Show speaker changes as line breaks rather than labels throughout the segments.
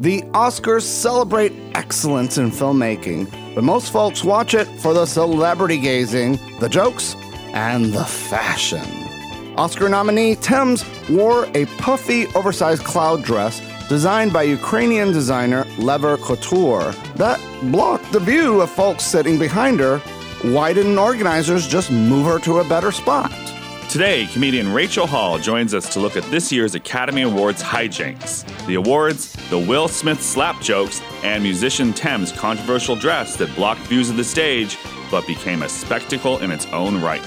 Oscars celebrate excellence in filmmaking, but most folks watch it for the celebrity gazing, the jokes, and the fashion. Oscar nominee Thames wore a puffy, oversized cloud dress designed by Ukrainian designer Lever Couture that blocked the view of folks sitting behind her. Why didn't organizers just move her to a better spot?
Today, comedian Rachel Hall joins us to look at this year's Academy Awards hijinks the awards, the Will Smith slap jokes, and musician Thames' controversial dress that blocked views of the stage but became a spectacle in its own right.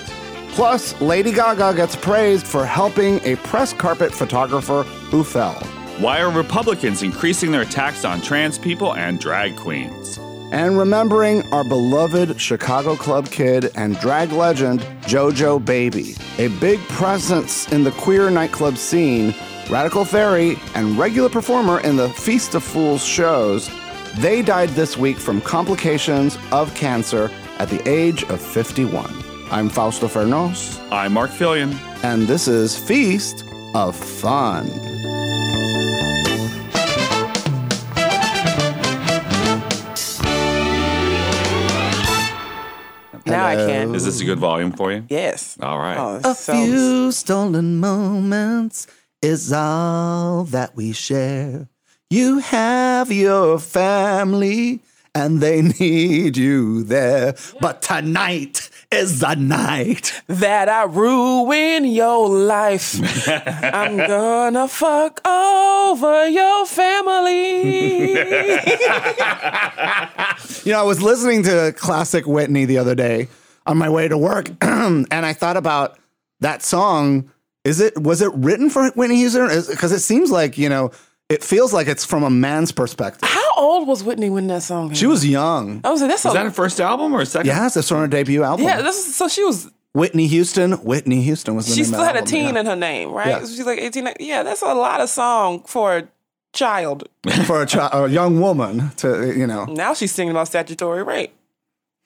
Plus, Lady Gaga gets praised for helping a press carpet photographer who fell.
Why are Republicans increasing their attacks on trans people and drag queens?
And remembering our beloved Chicago Club kid and drag legend, JoJo Baby, a big presence in the queer nightclub scene, Radical Fairy, and regular performer in the Feast of Fools shows, they died this week from complications of cancer at the age of 51. I'm Fausto Fernos,
I'm Mark Fillion.
and this is Feast of Fun.
Now I can.
Is this a good volume for you?
Yes.
All right.
Oh,
A
so
few stolen moments is all that we share. You have your family and they need you there. But tonight is the night.
that I ruin your life. I'm gonna fuck over your family.
You know, I was listening to classic Whitney the other day on my way to work, and I thought about that song. Is it was it written for Whitney Houston? Because it seems like you know, it feels like it's from a man's perspective.
How old was Whitney when that song?
She was young.
I was like, that's
Is
a,
that her first album or a second?
Yes, it's from her debut album.
yeah. This is, so she was.
Whitney Houston. Whitney Houston was the
She
name
still
of the
had a
album,
teen
yeah.
in her name, right?
Yeah.
So She's like eighteen. Yeah, that's a lot of song for a child.
for a, child, a young woman to you know.
Now she's singing about statutory rape.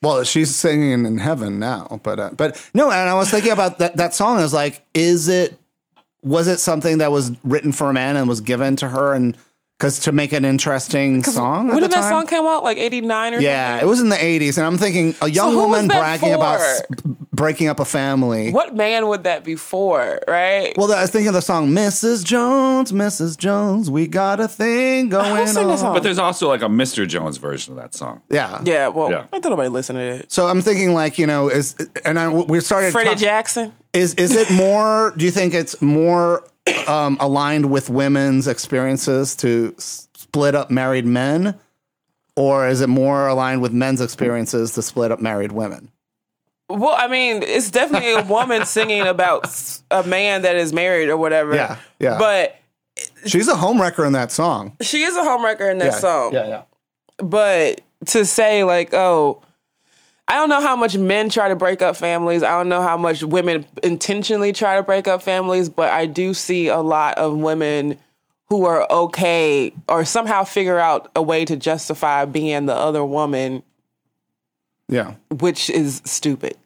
Well, she's singing in heaven now, but uh, but no. And I was thinking about that that song. Is like, is it was it something that was written for a man and was given to her and because to make an interesting song? at
When
the
did that
time?
song come out? Like eighty nine or
Yeah,
something?
it was in the '80s, and I'm thinking a young
who was
woman
that
bragging about s-
for?
b- breaking up a family.
What man would that be for? Right?
Well, I was thinking of the song "Mrs. Jones, Mrs. Jones, we got a thing going
Uh, sang
on."
that song?
But there's also like a Mr. Jones version of that song.
Yeah,
yeah. Well,
Yeah.
I don't nobody listen to it.
So I'm thinking, like, you know, is and I we started.
Freddie
talk-
Jackson.
Is is it more? Do you think it's more um, aligned with women's experiences to s- split up married men, or is it more aligned with men's experiences to split up married women?
Well, I mean, it's definitely a woman singing about s- a man that is married or whatever.
Yeah, yeah.
But
She's a homewrecker in that song.
she is a homewrecker in that song.
yeah, yeah.
But to say like, oh, I don't know how much men try to break up families. I don't know how much women intentionally try to break up families, but I do see a lot of women who are okay or somehow figure out a way to justify being the other woman,
Yeah.
which is stupid.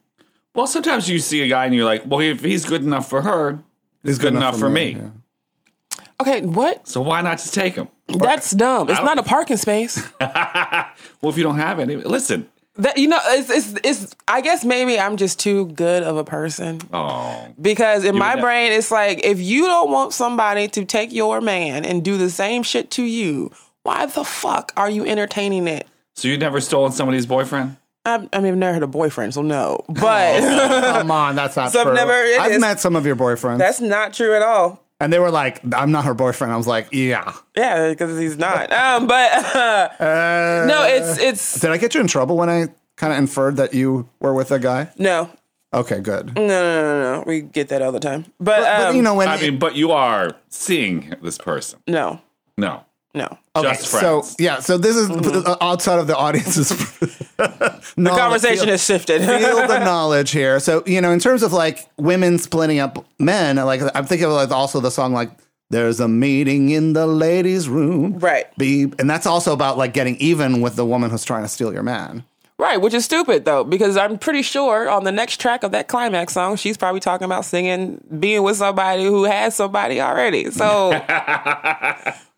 Well, sometimes you see a guy and you're like, well, if he's good enough for her, he's, good, enough, for me.
yeah.
Okay, what?
So why not just take him?
That's dumb. It's
don't-
not a parking space.
Well, if you don't have any, listen.
That you know, it's, it's it's. I guess maybe I'm just too good of a person
Oh,
because in my
that-
brain, it's like if you don't want somebody to take your man and do the same shit to you, why the fuck are you entertaining it?
so you've never stolen somebody's boyfriend?
I, I mean, I've never had a boyfriend, so no. But
Come on, that's not
So I've
true.
never- it
I've
is-
met some of your boyfriends,
that's not true at all.
and they were like, "I'm not her boyfriend." I was like, "Yeah."
Yeah, because he's not. Um, but
Uh,
no, it's it's
Did I get you in trouble when I kind of inferred that you were with a guy?
no,
Okay, good.
no, no, no, no. We get that all the time. But, Mm, um,
but you know when
I mean, but you are seeing this person.
no,
No,
no.
just friends.
So yeah, so this is uh, outside of the audience's. the
Conversation
feel,
has shifted.
feel the knowledge here. So you know, in terms of like women splitting up men, like I'm thinking of like also the song like "There's a meeting in the ladies' room,"
Right.
Be and that's also about like getting even with the woman who's trying to steal your man.
Right, which is stupid though, because I'm pretty sure on the next track of that climax song, she's probably talking about singing being with somebody who has somebody already. So,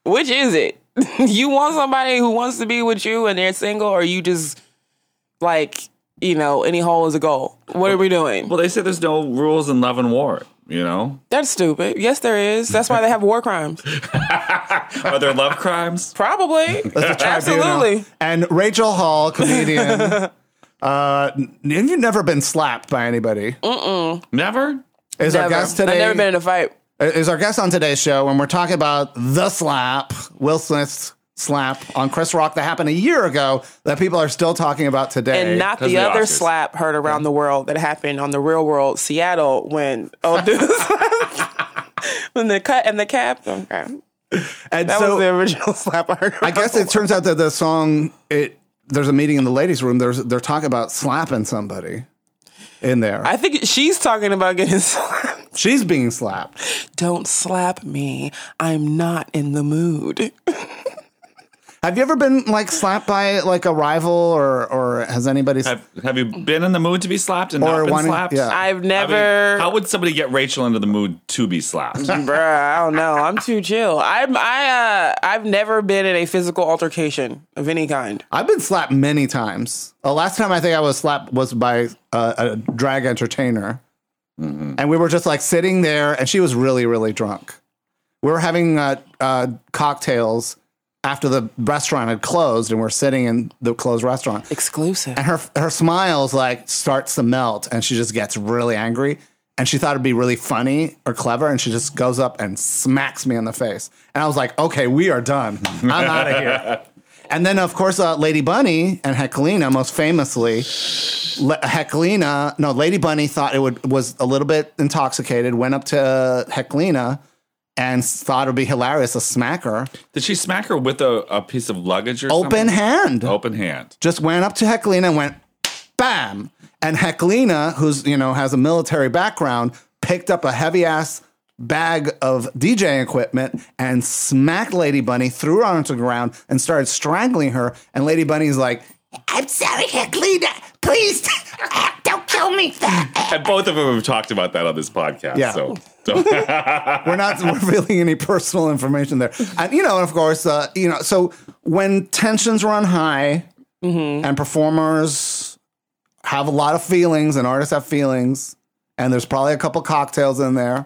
which is it? you want somebody who wants to be with you and they're single, or you just like you know any hole is a goal. What are we doing?
Well, they say there's no rules in love and war. You know,
That's stupid. Yes, there is. That's why they have war crimes.
are there love crimes?
Probably. Absolutely.
And Rachel Hall, comedian. uh, n- you've never been slapped by anybody.
Never.
Is our
Never.
guest today?
I've never been in a fight.
is our guest on today's show, and we're talking about the slap, Will Smith's slap on Chris Rock that happened a year ago that people are still talking about today.
and not
'cause
the
of the
other
Oscars.
slap heard around the world that happened on the real world Seattle when oh dudes when the cut and the cap okay.
and
that
so
was the original slap I heard.
I guess it turns out that the song it there's a meeting in the ladies' room. There's they're talking about slapping somebody in there.
I think she's talking about getting slapped.
She's being slapped.
Don't slap me. I'm not in the mood.
Have you ever been like slapped by like a rival or or has anybody?
Have Have you been in the mood to be slapped and
Or
not been
wanted-
slapped?
yeah.
I've
I mean,
never
how would somebody get Rachel into the mood to be slapped?
Bruh, I don't know. I'm too chill. I'm I uh I've never been in a physical altercation of any kind.
I've been slapped many times. The last time I think I was slapped was by uh, a drag entertainer. And we were just like sitting there, and she was really, really drunk. We were having uh, uh, cocktails after the restaurant had closed, and we're sitting in the closed restaurant.
Exclusive.
And her her smiles like starts to melt, and she just gets really angry. And she thought it'd be really funny or clever, and she just goes up and smacks me in the face. And I was like, "Okay, we are done. I'm out of here." And then, of course, uh, Lady Bunny and Heckelina, most famously, Le- Heckelina, no, Lady Bunny thought it would was a little bit intoxicated. Went up to Heckelina and thought it would be hilarious to smack her.
Did she smack her with a, a piece of luggage or
Open
something?
hand.
Open hand.
just went up to Heckelina and went bam. And Heckelina, who's you know has a military background, picked up a heavy ass bag of DJ equipment and smacked Lady Bunny, threw her onto the ground, and started strangling her. And Lady Bunny's like, "I'm sorry, Heckelina, please don't kill me."
And both of them have talked about that on this podcast.
Yeah.
So, so-
we're not revealing any personal information there. And you know, and of course, uh, you know, so when tensions run high
Mm-hmm.
and performers have a lot of feelings and artists have feelings, and there's probably a couple cocktails in there.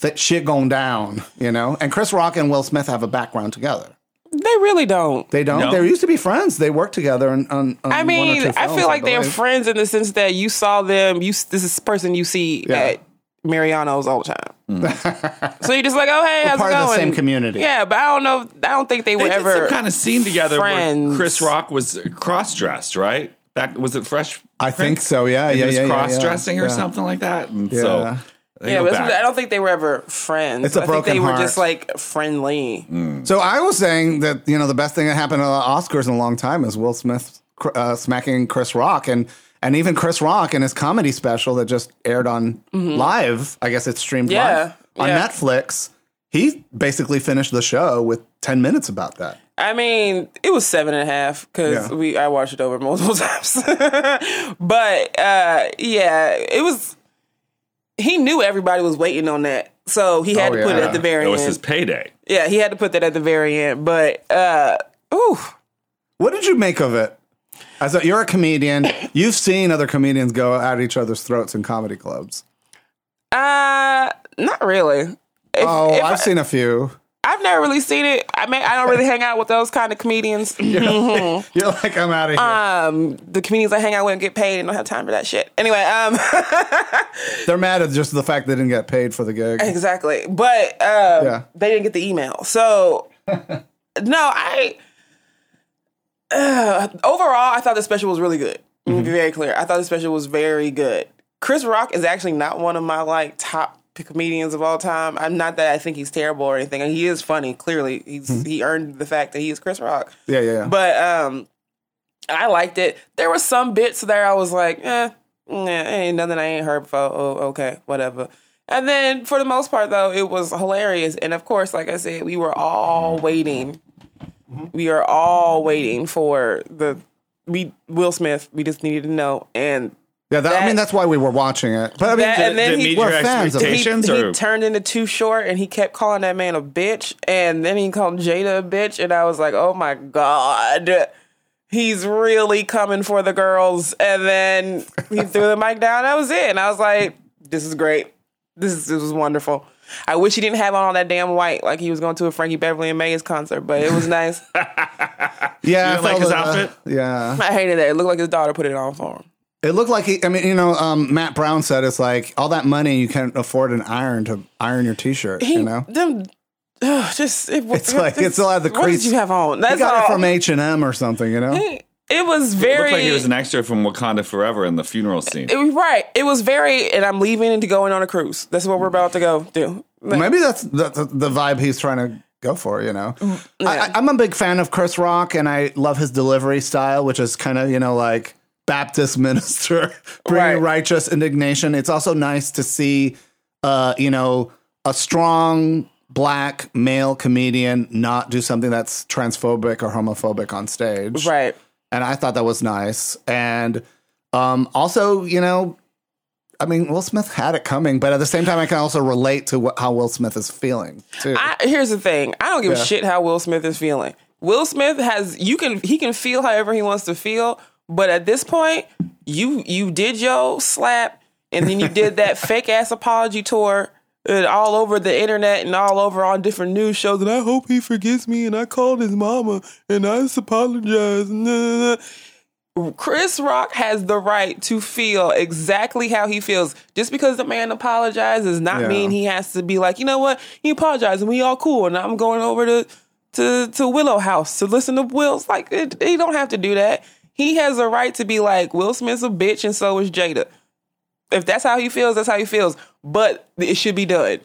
That shit going down, you know. And Chris Rock and Will Smith have a background together.
They really don't.
They don't.
No.
They used to be friends. They worked together on. on, on
I
one or
mean,
two
I
films,
feel like they're
believe.
friends in the sense that you saw them. You s- this is the person you see
Yeah. Mm.
at Mariano's all the time. so you're just like, oh hey, how's
part
it
of
going?
the same community.
Yeah, but I don't know. I don't think they were
they did
ever
some kind of scene together where
friends.
Chris Rock was cross dressed, right? Back was it Fresh?
I think so. Yeah,
And
yeah,
he was
yeah, yeah, yeah.
cross dressing or
Yeah.
something like that. And
Yeah.
so, they
Yeah,
go
but that's-
back.
I don't think they were ever friends.
It's a
I think they
broken
were
heart. Mm.
just like friendly.
So I was saying that you know the best thing that happened to the Oscars in a long time is Will Smith cr- uh, smacking Chris Rock and and even Chris Rock in his comedy special that just aired on live. I guess it's streamed
Mm-hmm. Yeah,
live on
yeah.
Netflix. He basically finished the show with ten minutes about that.
I mean, it was seven and a half because
Yeah.
we I watched it over multiple times. but uh, yeah, it was. He knew everybody was waiting on that, so he had
Oh,
to put it
yeah.
at the very
it was
end.
his payday.
yeah, he had to put that at the very end. But uh, ooh,
What did you make of it? As a, you're a comedian, you've seen other comedians go at each other's throats in comedy clubs.
uh, not really. If-
Oh,
if
I've seen a few.
I've never really seen it. I mean, I don't really hang out with those kind of comedians. Mm-hmm.
You're like, I'm out of here.
Um, the comedians I hang out with get paid and don't have time for that shit. Anyway, um,
They're mad at just the fact they didn't get paid for the gig.
exactly. But um,
Yeah.
they didn't get the email, so no. I uh, overall, I thought the special was really good. Let me be very clear. I thought the special was very good. Chris Rock is actually not one of my like top comedians of all time. I'm not that I think he's terrible or anything. He is funny. Clearly, he's he earned the fact that he is Chris Rock.
Yeah, yeah, yeah.
But um, I liked it. There were some bits there I was like, eh, nah, ain't nothing I ain't heard before. Oh, okay, whatever. And then for the most part, though, it was hilarious. And of course, like I said, we were all waiting. We are all waiting for the we Will Smith. We just needed to know, and
Yeah, that, I
That-
mean that's why we were watching it. But I mean,
That- and then
Did it
he-
meet
We're
your
fans of it.
he,
expectations?
he
or?
turned into too short and he kept calling that man a bitch and then he called jada a bitch and i was like oh my god he's really coming for the girls and then he threw the mic down that was it and i was like this is great this, is, this was wonderful i wish he didn't have on all that damn white like he was going to a frankie beverly and megas concert but it was nice
yeah,
You
I
didn't like
felt
his
it, uh,
outfit?
yeah,
i hated that it looked like his daughter put it on for him
it looked like he. I mean, you know, um, Matt Brown said it's like all that money you can't afford an iron to iron your T-shirt.
he,
you know,
them ugh, just it,
It's like- it's all at the
what
crease.
did you have on
he
that's
got
all
it from H and M or something. You know,
it was
It
very
looked like he was an extra from Wakanda Forever in the funeral scene.
It was right. It was very, and I'm leaving and going on a cruise. That's what we're about to go do. Like,
maybe that's the, the, the vibe he's trying to go for. You know, I, I- I'm a big fan of Chris Rock, and I love his delivery style, which is kind of you know like Baptist minister bringing
Right.
righteous indignation. It's also nice to see, uh, you know, a strong black male comedian not do something that's transphobic or homophobic on stage,
right.
and I thought that was nice. And um, also, you know, I mean, Will Smith had it coming, but at the same time, I can also relate to what, how Will Smith is feeling too.
I, here's the thing. I don't give
Yeah.
a shit how Will Smith is feeling. Will Smith has you can he can feel however he wants to feel, but at this point, you you did your slap, and then you did that fake ass apology tour. And all over the internet and all over on different news shows, and I hope he forgives me. And I called his mama, and I uh, apologize. Nah, nah, nah. Chris Rock has the right to feel exactly how he feels. Just because the man apologized does not
Yeah.
mean he has to be like, you know what, he apologized and we all cool. And I'm going over to to to Willow House to listen to Will's. Like, it, he don't have to do that. He has a right to be like, Will Smith's a bitch and so is Jada. If that's how he feels, that's how he feels. But it should be done.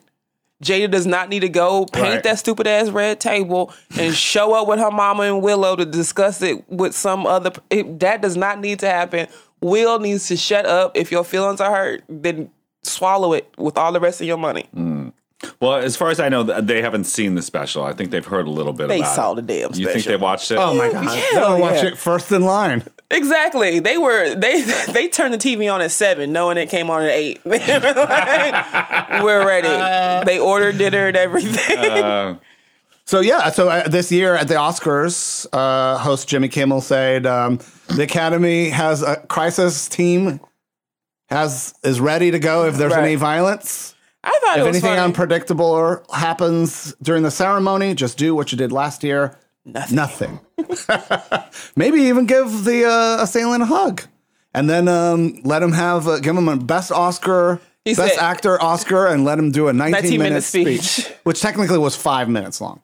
Jada does not need to go paint
Right.
that stupid ass red table and show up with her mama and Willow to discuss it with some other. It, that does not need to happen. Will needs to shut up. If your feelings are hurt, then swallow it with all the rest of your money.
Mm.
Well, as far as I know, th- they haven't seen the special. I think they've heard a little bit
They
about
saw
it.
the damn
You think
special.
they watched it?
oh my god,
Hell
They'll watch
yeah.
it first in line.
Exactly. They were they they turned the TV on at seven, knowing it came on at eight. They were like, we're ready. They ordered dinner and everything.
Uh, So yeah, so uh, this year at the Oscars, uh, host Jimmy Kimmel said um, the Academy has a crisis team has is ready to go if there's
Right.
any violence.
I
If
thought it was
anything
funny.
unpredictable or happens during the ceremony, just do what you did last year.
Nothing.
Nothing. Maybe even give the uh, assailant a hug, and then um, let him have uh, give him a best Oscar,
He
best
said-
actor Oscar, and let him do a 19,
19
minute,
minute
speech.
speech.
which technically was five minutes long.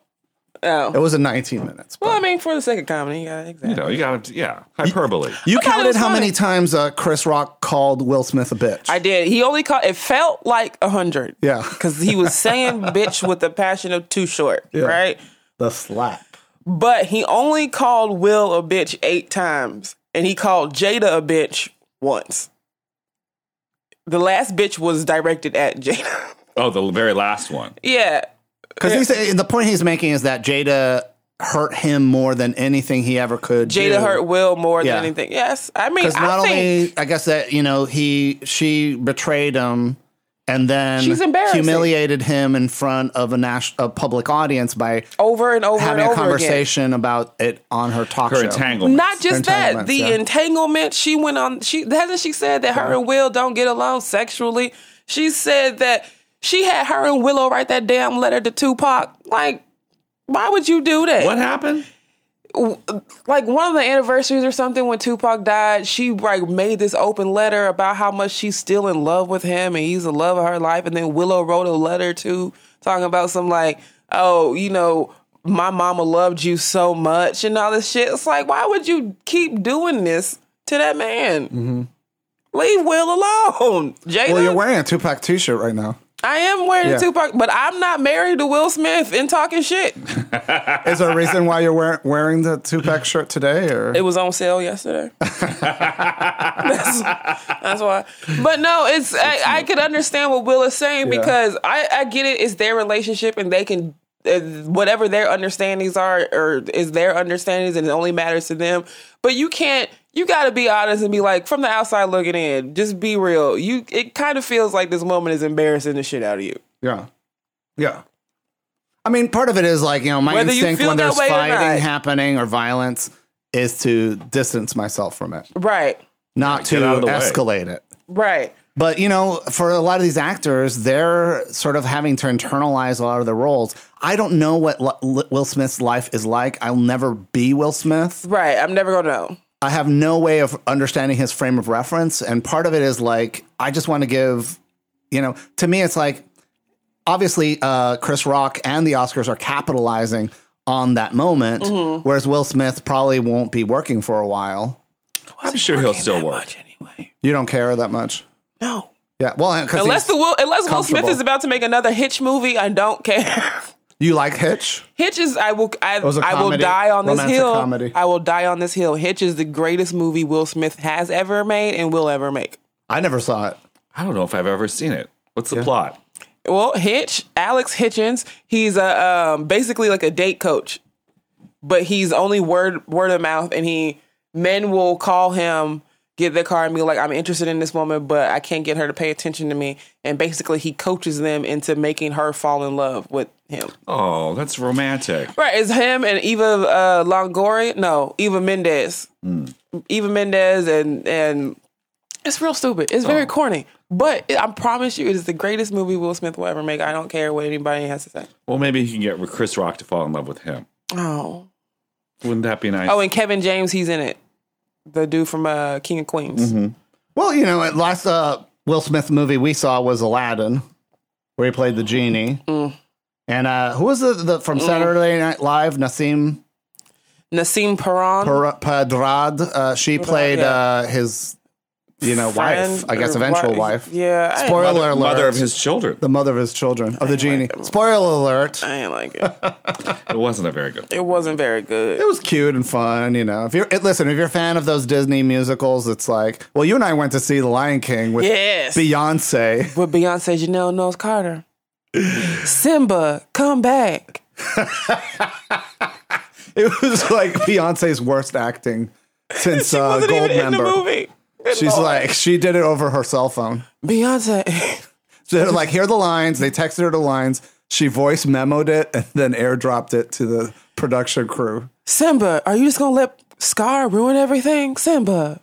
Oh.
It was a 19 minutes. but-
well, I mean, for the sake of comedy, yeah, exactly.
You know, you got to, yeah, hyperbole.
you
thought it
counted
was
how many
funny.
times uh, Chris Rock called Will Smith a bitch.
I did. He only caught. It felt like a hundred.
Yeah.
because he was saying "bitch" with the passion of too short, right?
the slap.
But he only called Will a bitch eight times, and he called Jada a bitch once. The last bitch was directed at Jada.
Oh, the very last one.
yeah,
Because he's saying- the point he's making is that Jada hurt him more than anything he ever could.
Jada
do.
hurt Will more
Yeah.
than anything. Yes, I mean,
Because not
I think
only I guess that you know he she betrayed him and then
She's embarrassing.
humiliated him in front of a national a public audience by
over and over
having a
and over again.
conversation about it on her talk
Her
show.
entanglement.
Not just that,
Entanglements,
the
yeah. Uh-huh.
entanglement. She went on. She hasn't she said that her and Will don't get along sexually. She said that she had her and Willow write that damn letter to Tupac. Like, why would you do that?
what happened?
like one of the anniversaries or something when Tupac died, she like made this open letter about how much she's still in love with him and he's the love of her life. And then Willow wrote a letter too, talking about some like, oh, you know, my mama loved you so much and all this shit. It's like, why would you keep doing this to that man? Leave Will alone, Jada.
Mm-hmm. Well, you're wearing a Tupac t-shirt right now.
I am wearing
Yeah.
a Tupac, but I'm not married to Will Smith and talking shit.
Is there a reason why you're wear- wearing the Tupac shirt today? Or
It was on sale yesterday. that's, that's why. But no, it's I, I could understand what Will is saying because I, I get it. It's their relationship and they can uh, whatever their understandings are or is their understandings and it only matters to them but you can't you got to be honest and be like from the outside looking in just be real you it kind of feels like this moment is embarrassing the shit out of you
Yeah. Yeah. I mean, part of it is like, you know, my
Whether you
instinct
feel
when
that
there's
way or
fighting
not.
happening or violence is to distance myself from it,
right
not to
get out of the way.
escalate it.
right
But, you know, for a lot of these actors, they're sort of having to internalize a lot of their roles. I don't know what Li- Will Smith's life is like. I'll never be Will Smith.
right i'm never gonna know
I have no way of understanding his frame of reference. And part of it is like, I just want to give, you know, to me, it's like, obviously, uh, Chris Rock and the Oscars are capitalizing on that moment,
Mm-hmm.
whereas Will Smith probably won't be working for a while.
I'm sure he'll still work.
anyway
You don't care that much.
no
Yeah. Well,
unless
because
the will unless will smith
comfortable.
is about to make another hitch movie i don't care
you like Hitch.
Hitch is I will I,
was a
I will
comedy,
die on this
romantic
hill.
comedy.
I will die on this hill. Hitch is the greatest movie Will Smith has ever made and will ever make.
I never saw it.
I don't know if I've ever seen it. What's the plot?
Well, Hitch, Alex Hitchens, he's a um, basically like a date coach, but he's only word word of mouth, and he men will call him, get their car, and be like, "I'm interested in this woman, but I can't get her to pay attention to me," and basically he coaches them into making her fall in love with him.
Oh, that's romantic.
Right, it's him and Eva uh, Longoria. No, Eva Mendez.
Hmm.
Eva Mendez and and it's real stupid. It's
Oh.
very corny, but I promise you, it is the greatest movie Will Smith will ever make. I don't care what anybody has to say.
Well, maybe he can get Chris Rock to fall in love with him.
Oh,
Wouldn't that be nice?
oh, and Kevin James, he's in it. The dude from uh, King of Queens.
Well, you know, at last uh, Will Smith movie we saw was Aladdin, where he played the genie. And uh, who was the, the from Saturday Night Live? Nassim Mm-hmm.
Nassim Peron.
Per- Padrad. Uh, she played
yeah.
uh, his, you know, wife.
friend
I guess
or
eventual
wi-
wife.
Yeah, I
Spoiler
ain't,
alert.
Mother of his children.
the mother of his children of the genie. Spoiler alert.
I ain't like it.
It wasn't a very good.
It wasn't very
It
good.
was cute and fun, you know. If you're eh, listen, if you're a fan of those Disney musicals, it's like, well, you and I went to see The Lion King with
Yes,
Beyonce.
with Beyonce, Janelle knows Carter. Simba, come back.
It was like Beyonce's worst acting since uh,
wasn't
Gold
even in the
Member.
movie. Good
She's
lord.
like, she did it over her cell phone.
Beyonce.
So they're like, here are the lines. They texted her the lines. She voice memoed it and then airdropped it to the production crew.
Simba, are you just gonna let Scar ruin everything? Simba,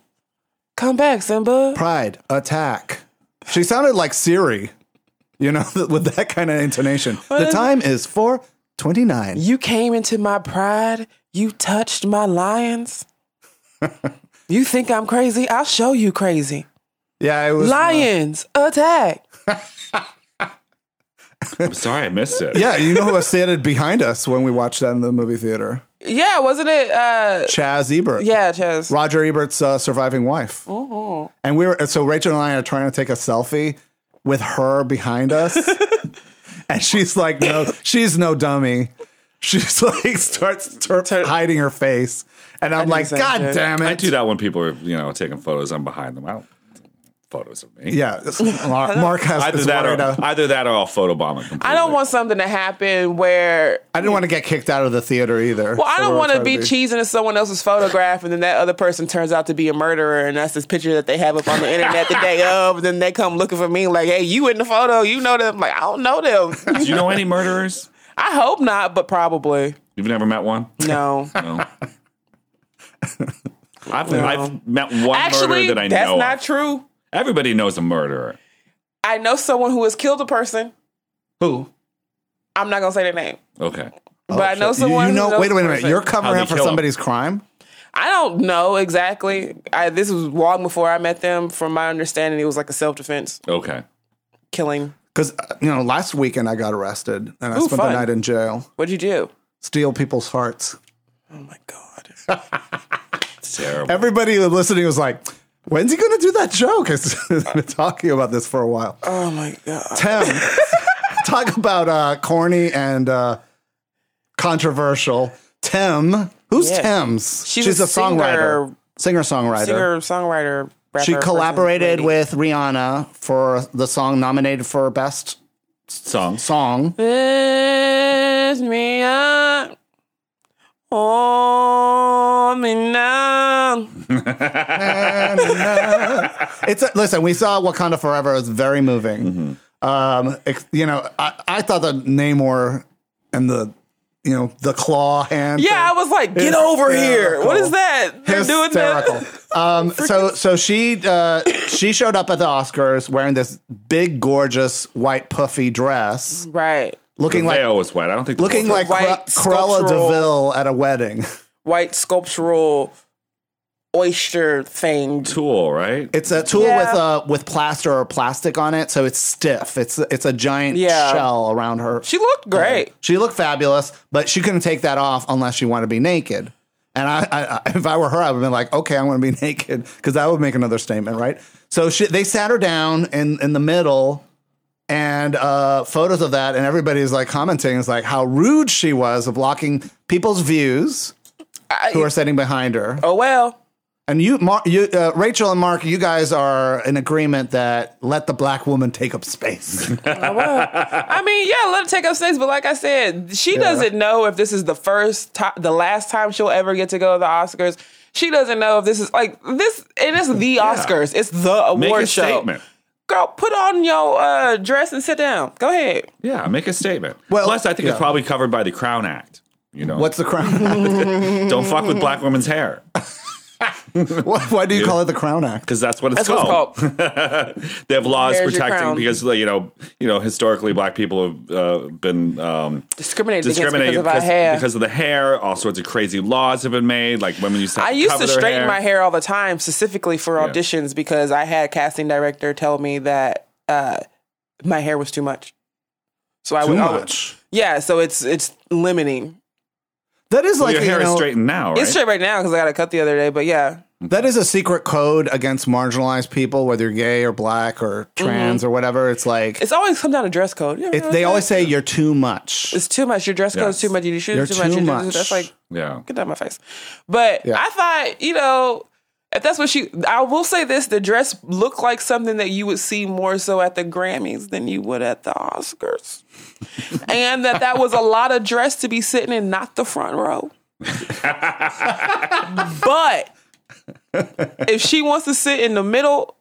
come back, Simba.
Pride, attack. She sounded like Siri, you know, with that kind of intonation. The time is 429.
You came into my pride. You touched my lions. you think I'm crazy? I'll show you crazy.
Yeah, it was. uh,
Lions, attack.
I'm sorry, I missed it.
Yeah, you know who was standing behind us when we watched that in the movie theater?
Yeah, wasn't it? Uh,
Chaz Ebert.
yeah, Chaz.
Roger Ebert's uh, surviving wife.
Oh.
And we were and so Rachel and I are trying to take a selfie with her behind us, and she's like, "No, she's no dummy." She's like starts tur- hiding her face, and I'm like,
the same
"God
shit.
damn
I
it!"
do that when people are, you know, taking photos. I'm behind them. I don't photos of me.
Yeah, it's- Mark, Mark has
Either
is
that,
worried, uh,
or, either that, or I'll photobomb it. Completely.
I don't want something to happen where
I didn't want to get kicked out of the theater either.
Well, I
so
don't
we're
want to
trying
be cheesing at someone else's photograph, and then that other person turns out to be a murderer, and that's this picture that they have up on the internet the day of. And then they come looking for me, like, "Hey, you in the photo? You know them?" Like, I don't know them.
Do you know any murderers?
I hope not, but probably
You've never met one.
no.
No. I've, I've met one
Actually,
murderer that I
that's
know.
not
of.
true.
Everybody knows a murderer.
I know someone who has killed a person.
Who? Oh,
I'm not gonna say their name,
Okay.
but I know
You,
someone.
you
who
know,
knows
wait a
the
minute.
person.
You're covering
How'd
up
they
for
kill him?
somebody's crime.
I don't know exactly. I, this was long before I met them. From my understanding, it was like a self defense
Okay.
killing.
Because uh, you know, last weekend I got arrested and I
Ooh,
spent
fun.
the night in jail.
What'd you do?
Steal people's hearts.
Oh my god.
It's terrible.
Everybody listening was like, "When's he going to do that joke?" I've been talking about this for a while.
Oh my god.
Tim, talk about uh, corny and uh, controversial. Tim, who's
Yeah.
Tim's?
She's
a,
a
songwriter, singer songwriter.
singer, songwriter, rapper.
she
person,
collaborated
lady.
with Rihanna for the song nominated for best
Songs.
song.
If kiss me up. Oh, me now.
It's a, listen. We saw Wakanda Forever. It was very moving.
Mm-hmm.
Um, ex- you know, I, I thought the Namor and the you know the claw hand.
Yeah, I was like, get over here. What is that? They're doing
hysterical.
that.
Um, so so she uh, she showed up at the Oscars wearing this big, gorgeous white puffy dress,
Right.
looking
The
like
veil was wet. I don't think.
looking like
White
Cre- Cruella
sculptural-
Deville at a wedding.
White sculptural oyster thing.
tool, right?
It's a tool
Yeah.
with uh, with plaster or plastic on it, so it's stiff. It's it's a giant
Yeah.
shell around her.
She looked great.
She looked fabulous, but she couldn't take that off unless she wanted to be naked. And I, I, I if I were her, I would have been like, okay, I'm going to be naked because that would make another statement, right? So she, they sat her down in in the middle, and uh, photos of that, and everybody's like commenting, is like how rude she was of blocking people's views who are sitting behind her.
Oh, well.
And you, Mar- you uh, Rachel and Mark, you guys are in agreement that let the black woman take up space.
I mean, yeah, let her take up space, but like I said, she doesn't know if this is the first time, the last time she'll ever get to go to the Oscars. She doesn't know if this is like this, and it's the Oscars. It's the
Make
award
a
show.
statement.
Girl, put on your uh, dress and sit down. Go ahead.
Yeah, make a statement.
Well,
Plus, I think
yeah.
it's probably covered by the Crown Act. You know,
What's the crown?
don't fuck with black women's hair
Act? Why why do you call it the crown act?
because that's what it's
That's what it's
called.
called.
they have laws
There's your
protecting
crown.
because like, you know, you know, historically black people have uh, been um,
Discriminated against because
discriminated
of our hair.
because of the hair. All sorts of crazy laws have been made. Like women used to. Have
I used
cover
to
their
straighten
hair.
my hair all the time, specifically for auditions, because I had casting director tell me that uh, my hair was too much. So I
Too
would, I would-
much.
yeah. So it's it's limiting.
That is
Well,
like
your
you
hair
know,
is straightened now, right?
It's straight right now because I got a cut the other day. But yeah,
That is a secret code against marginalized people, whether you're gay or black or trans or whatever. It's like
Mm-hmm. it's always come down to dress code. You ever
it's,
notice
they
that?
always say you're too much.
it's too much. Your dress code's
Yes.
too much. You shoes
You're
too, much.
too
you do-
much.
That's like
yeah.
get down my face. But
Yeah.
I thought you know. If that's what she, I will say this: the dress looked like something that you would see more so at the Grammys than you would at the Oscars, and that that was a lot of dress to be sitting in, not the front row. but if she wants to sit in the middle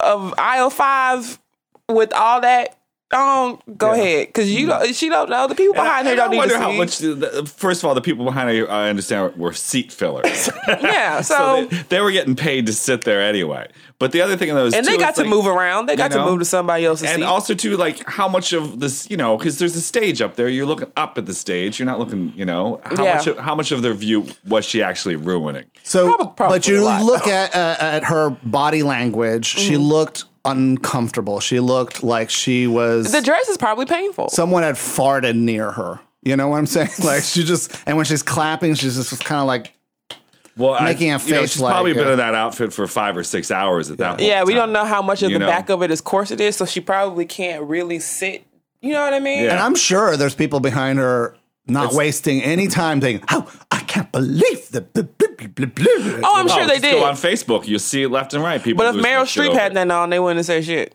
of aisle five with all that, um, go ahead because you don't, she don't know the people behind her
Mm-hmm. I
don't need
wonder
to
how
see.
much. the- First of all, the people behind her, I understand, were seat fillers.
yeah, so,
so they, they were getting paid to sit there anyway. But the other thing that was
and they
too,
got
it's
to
like-
move around. They got
know?
to move to somebody else's
and
seat.
also too like how much of this you know because there's a stage up there you're looking up at the stage you're not looking you know how
Yeah.
much of, how much of their view was she actually ruining
so,
prob- probably
but you
a lot.
look at uh, at her body language.
Mm-hmm.
She looked uncomfortable. She looked like she was
the dress is probably painful.
someone had farted near her. You know what I'm saying? Like she just and when she's clapping, she's just kind of like
well
Making
I,
a
you know,
face
she's
like
probably
it.
been in that outfit for five or six hours at that point
yeah, we don't know how much of
You
the
know?
back of it is corseted, so she probably can't really sit. You know what I mean?
And
Yeah.
I'm sure there's people behind her not wasting any time thinking, oh, I can't believe the. Blah, blah, blah, blah, blah."
Oh, I'm sure they
just
did.
go on facebook you'll see it left and right people
But if
losing
Meryl
their shit
Streep
over
had
it.
that on, they wouldn't say shit.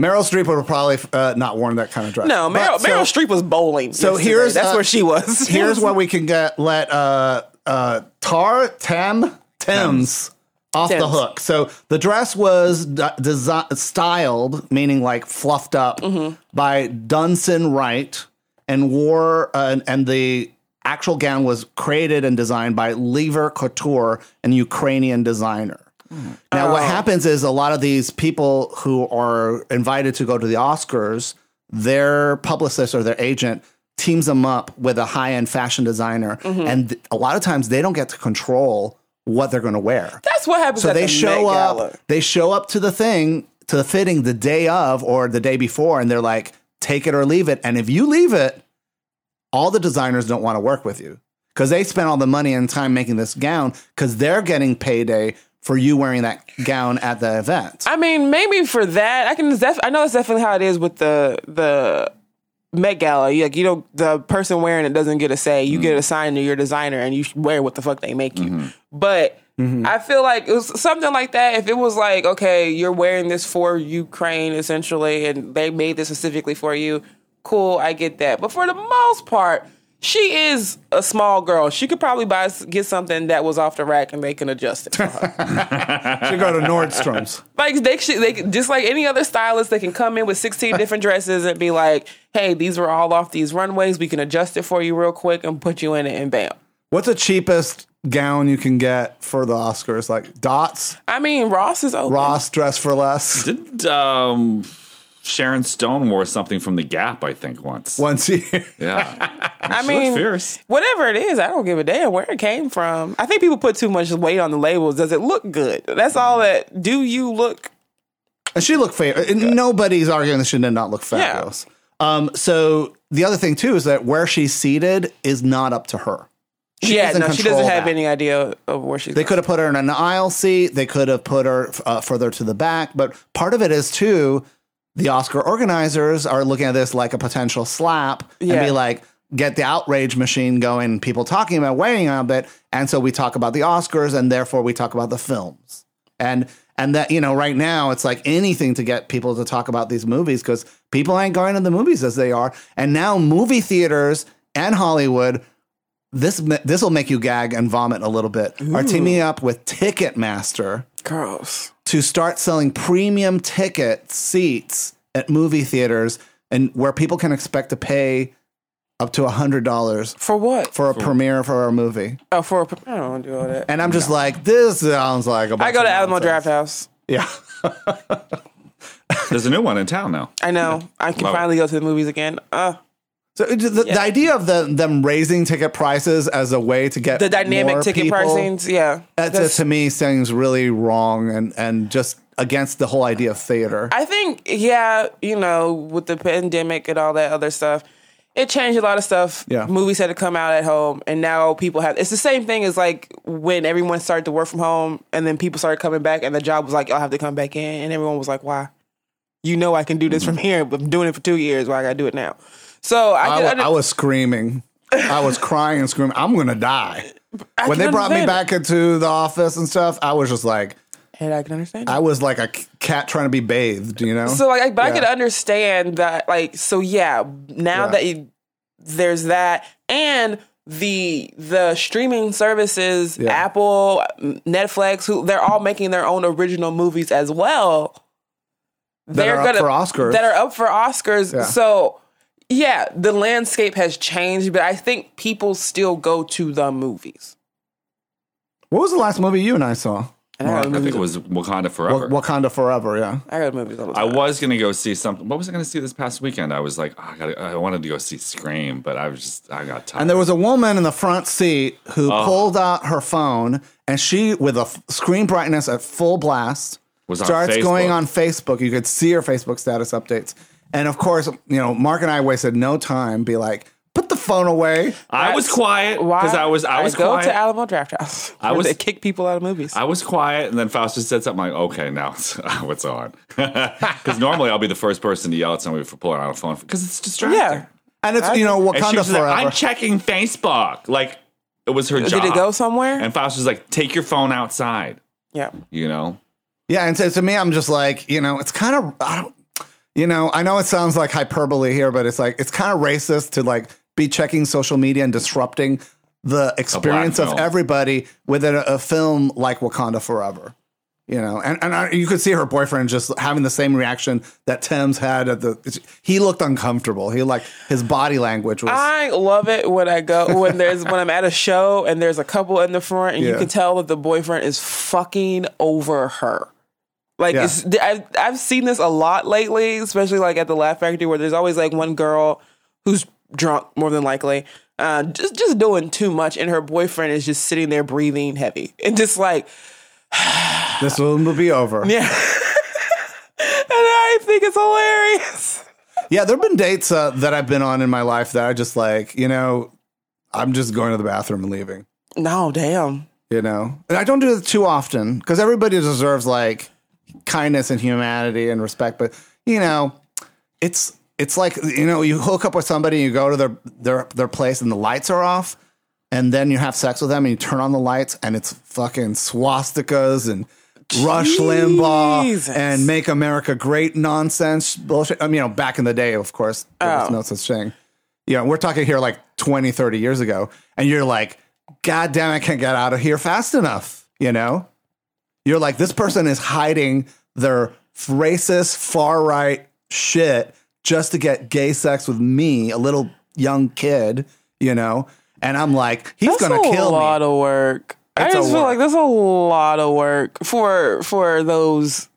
Meryl Streep would have probably uh, not worn that kind of dress.
No, Meryl,
But so-
Meryl Streep was bowling.
So
yesterday.
here's
that's
uh,
where she was.
here's what we can get. Let uh, uh, Tar Tam Thames off the
Thames.
hook. So the dress was d- desi- styled, meaning like fluffed up,
Mm-hmm.
by Dunson Wright, and wore uh, and- and the actual gown was created and designed by Lever Couture, an Ukrainian designer. Now, what happens is a lot of these people who are invited to go to the Oscars, their publicist or their agent teams them up with a high end fashion designer. And th- a lot of times they don't get to control what they're going to wear.
that's what happens.
So
at
they
the
show
Met
up,
Gala.
they show up to the thing, to the fitting the day of or the day before, and they're like, take it or leave it. And if you leave it, all the designers don't want to work with you because they spent all the money and time making this gown because they're getting payday for you wearing that gown at the event.
I mean, maybe for that, I can. Def- I know that's definitely how it is with the the Met Gala. You- Like you know, the person wearing it doesn't get a say. You get assigned to your designer, and you wear what the fuck they make you. But I feel like it was something like that. If it was like, okay, you're wearing this for Ukraine essentially, and they made this specifically for you. cool, I get that. But for the most part, she is a small girl. She could probably buy get something that was off the rack and they can adjust it. For her.
Should go to Nordstrom's.
like they should, they just like any other stylist, they can come in with sixteen different dresses and be like, "Hey, these were all off these runways. We can adjust it for you real quick and put you in it, and bam."
What's the cheapest gown you can get for the Oscars? Like Dots,
I mean, Ross is open.
Ross, Dress for Less.
Didn't um, Sharon Stone wore something from The Gap, I think, once.
Once a year.
Yeah.
I
She looked
mean,
fierce.
whatever it is, I don't give a damn where it came from. I think people put too much weight on the labels. Does it look good? That's all
Mm-hmm.
that. Do you look?
And she looked fabulous. Nobody's arguing that she did not look fabulous. Um, so the other thing too is that where she's seated is not up to her.
yeah,
doesn't
no, she
control
doesn't have
that.
any idea of where she's.
They could have put her in an aisle seat. They could have put her uh, further to the back. But part of it is too, the Oscar organizers are looking at this like a potential slap and
Yeah.
be like, get the outrage machine going, people talking about weighing on it. And so we talk about the Oscars and therefore we talk about the films. And and that, you know, right now it's like anything to get people to talk about these movies because people ain't going to the movies as they are. And now movie theaters and Hollywood this this will make you gag and vomit a little bit. Are teaming up with Ticketmaster
girls.
to start selling premium ticket seats at movie theaters and where people can expect to pay up to hundred dollars
For what?
for a premiere for a movie.
oh, for a, I don't want to do all that.
And I'm just like, this sounds like a bunch
I go
of
to Alamo
nonsense.
Draft House.
Yeah,
There's a new one in town now.
I know. I can
Love it.
finally go to the movies again. Uh,
so it- the, the idea of the, them raising ticket prices as a way to get
the dynamic
more
ticket
people-
pricings. Yeah.
That to, to me seems really wrong and, and just against the whole idea of theater.
I think, yeah, you know, with the pandemic and all that other stuff, it changed a lot of stuff.
Yeah.
Movies had to come out at home, and now people have. It's the same thing as like when everyone started to work from home, and then people started coming back, and the job was like, I'll have to come back in. And everyone was like, why? You know, I can do this from here, but I'm doing it for two years. Why I gotta do it now? So
Mm-hmm.
I,
I,
can
wa-
under-
I was screaming. I was crying and screaming. I'm gonna die.
I
When
can
they brought me
understand it.
back into the office and stuff, I was just like,
and I can understand. it.
I was like a c- cat trying to be bathed. You know.
So like, I- but I
Yeah.
could understand that. Like, so yeah, now
Yeah.
that you, there's that, and the the streaming services,
Yeah.
Apple, mm, Netflix, who they're all making their own original movies as well.
are up for Oscars.
That are up for Oscars.
Yeah.
So yeah, the landscape has changed, but I think people still go to the movies.
what was the last movie you and I saw?
And I,
I
go to
think
movies,
it was Wakanda Forever.
Wa- Wakanda Forever. Yeah.
I go to movies all the
I
time.
was gonna go see something. What was I gonna see this past weekend? I was like, oh, I, gotta, I wanted to go see Scream, but I was just, I got tired.
And there was a woman in the front seat who
Oh.
pulled out her phone and she, with a f- screen brightness at full blast,
Was on
starts going
Facebook.
on Facebook. You could see her Facebook status updates. And of course, you know, Mark and I wasted no time, be like, put the phone away.
I was quiet
Why?
because I was, I was
go
quiet.
to Alamo Draft House. I
was-
was they kick people out of movies.
I was quiet, and then Faust just said something like, "Okay, now it's, what's on?" Because normally I'll be the first person to yell at somebody for pulling out a phone because it's distracting.
yeah.
And it's, you know,
And she
Wakanda
was
Forever.
like, "I'm checking Facebook." Like it was her job.
Did it go somewhere?
And Faust was like, "Take your phone outside."
yeah.
You know,
yeah. And so to me, I'm just like, you know, it's kind of, I don't, you know, I know it sounds like hyperbole here, but it's like, it's kind of racist to like be checking social media and disrupting the experience of
film.
everybody within a, a film like Wakanda Forever. You know, and, and I, you could see her boyfriend just having the same reaction that Tim's had at the. He looked uncomfortable. He like his body language was.
I love it when I go when there's when I'm at a show and there's a couple in the front and
Yeah.
you can tell that the boyfriend is fucking over her. Like
Yeah.
it's, I've I've seen this a lot lately, especially like at the Laugh Factory where there's always like one girl who's drunk more than likely, uh, just just doing too much, and her boyfriend is just sitting there breathing heavy and just like
this one will be over.
yeah. and I think it's hilarious.
Yeah, there have been dates uh, that I've been on in my life that I just like, you know, I'm just going to the bathroom and leaving,
No, damn.
you know? And I don't do it too often because everybody deserves like kindness and humanity and respect. But, you know, it's it's like, you know, you hook up with somebody, you go to their, their, their place and the lights are off. And then you have sex with them and you turn on the lights and it's fucking swastikas and Rush
Jesus.
Limbaugh and Make America Great nonsense bullshit. I mean, you know, back in the day, of course, there was
Oh.
no such thing. You know, we're talking here like 20, 30 years ago, and you're like, God damn, I can't get out of here fast enough. You know, you're like, this person is hiding their racist, far right shit just to get gay sex with me, a little young kid, you know? And I'm like, he's
That's
going to
a
kill me.
lot of work.
It's
I
a
just feel
work.
like that's a lot of work for for those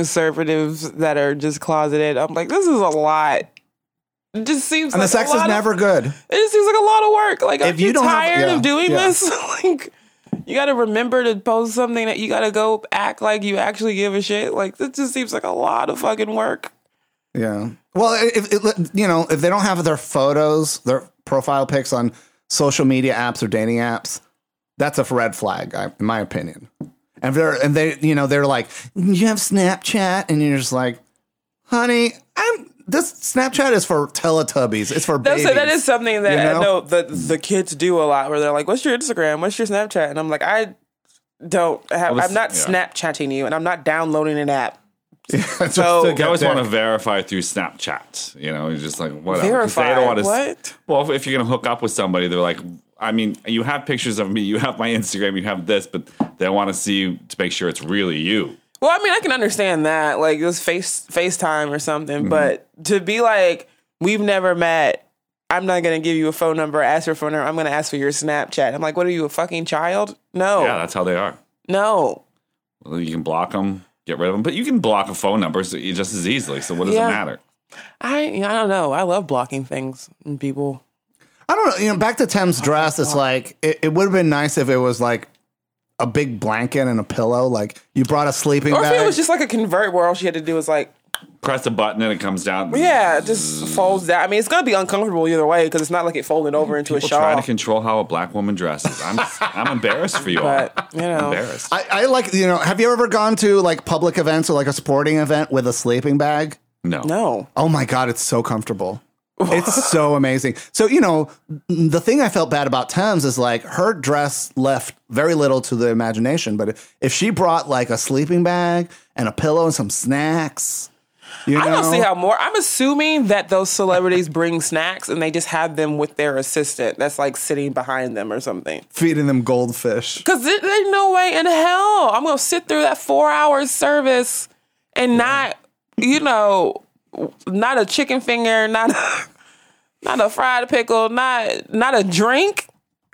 conservatives that are just closeted. I'm like, this is a lot. It just seems
and
like
the sex
a
is
lot of-
never good.
it just seems like a lot of work. Like if
you
you're
don't have-
tired
yeah,
of doing
yeah.
this, like you got to remember to post something that you got to go act like you actually give a shit. Like this just seems like a lot of fucking work.
Yeah. Well, if it, you know, if they don't have their photos, their profile pics on social media apps or dating apps, that's a red flag, I- in my opinion. And if they're and they, you know, they're like, you have Snapchat, and you're just like, honey, I'm this Snapchat is for Teletubbies, it's for
That's
babies.
that is something that
You know?
I know the the kids do a lot where they're like, "What's your Instagram? What's your Snapchat?" And I'm like, I don't have.
Well,
I'm not
this-
Snapchatting you, and I'm not downloading an app.
Just
so-
to
You
get
always
there.
want to verify through Snapchat. You know, you're just like whatever. 'cause
Verify
wanna s-
what?
well, if- if you're gonna hook up with somebody, they're like, I mean, you have pictures of me, you have my Instagram, you have this, but they want to see you to make sure it's really you.
Well, I mean, I can understand that, like this face FaceTime or something,
Mm-hmm.
but to be like, we've never met. I'm not gonna give you a phone number, ask for a phone number. I'm gonna ask for your Snapchat. I'm like, what are you, a fucking child? No,
Yeah, that's how they are.
no.
Well, You can block them, get rid of them, but you can block a phone number so- just as easily. So what does
Yeah.
it matter?
I I don't know. I love blocking things and people.
I don't know. You know, back to Tem's dress, it's like it, it would have been nice if it was like a big blanket and a pillow. Like you brought a sleeping
Or if
bag.
it was just like a convert where all she had to do was like
Press a button and it comes down.
Yeah, it just folds down. I mean, it's gonna be uncomfortable either way because it's not like it folded over into a
People try
shawl.
to control how a black woman dresses. I'm I'm embarrassed for you all.
But you know,
embarrassed.
I, I like you know. Have you ever gone to like public events or like a sporting event with a sleeping bag?
No.
no.
Oh my god, it's so comfortable. it's so amazing. So you know, the thing I felt bad about Thames is like her dress left very little to the imagination. But if she brought like a sleeping bag and a pillow and some snacks, you know,
I don't see how more. I'm assuming that those celebrities bring snacks and they just have them with their assistant that's like sitting behind them or something.
feeding them goldfish.
Because there's no way in hell I'm gonna sit through that four hour service and not, you know, not a chicken finger, not a, not a fried pickle, not not a drink.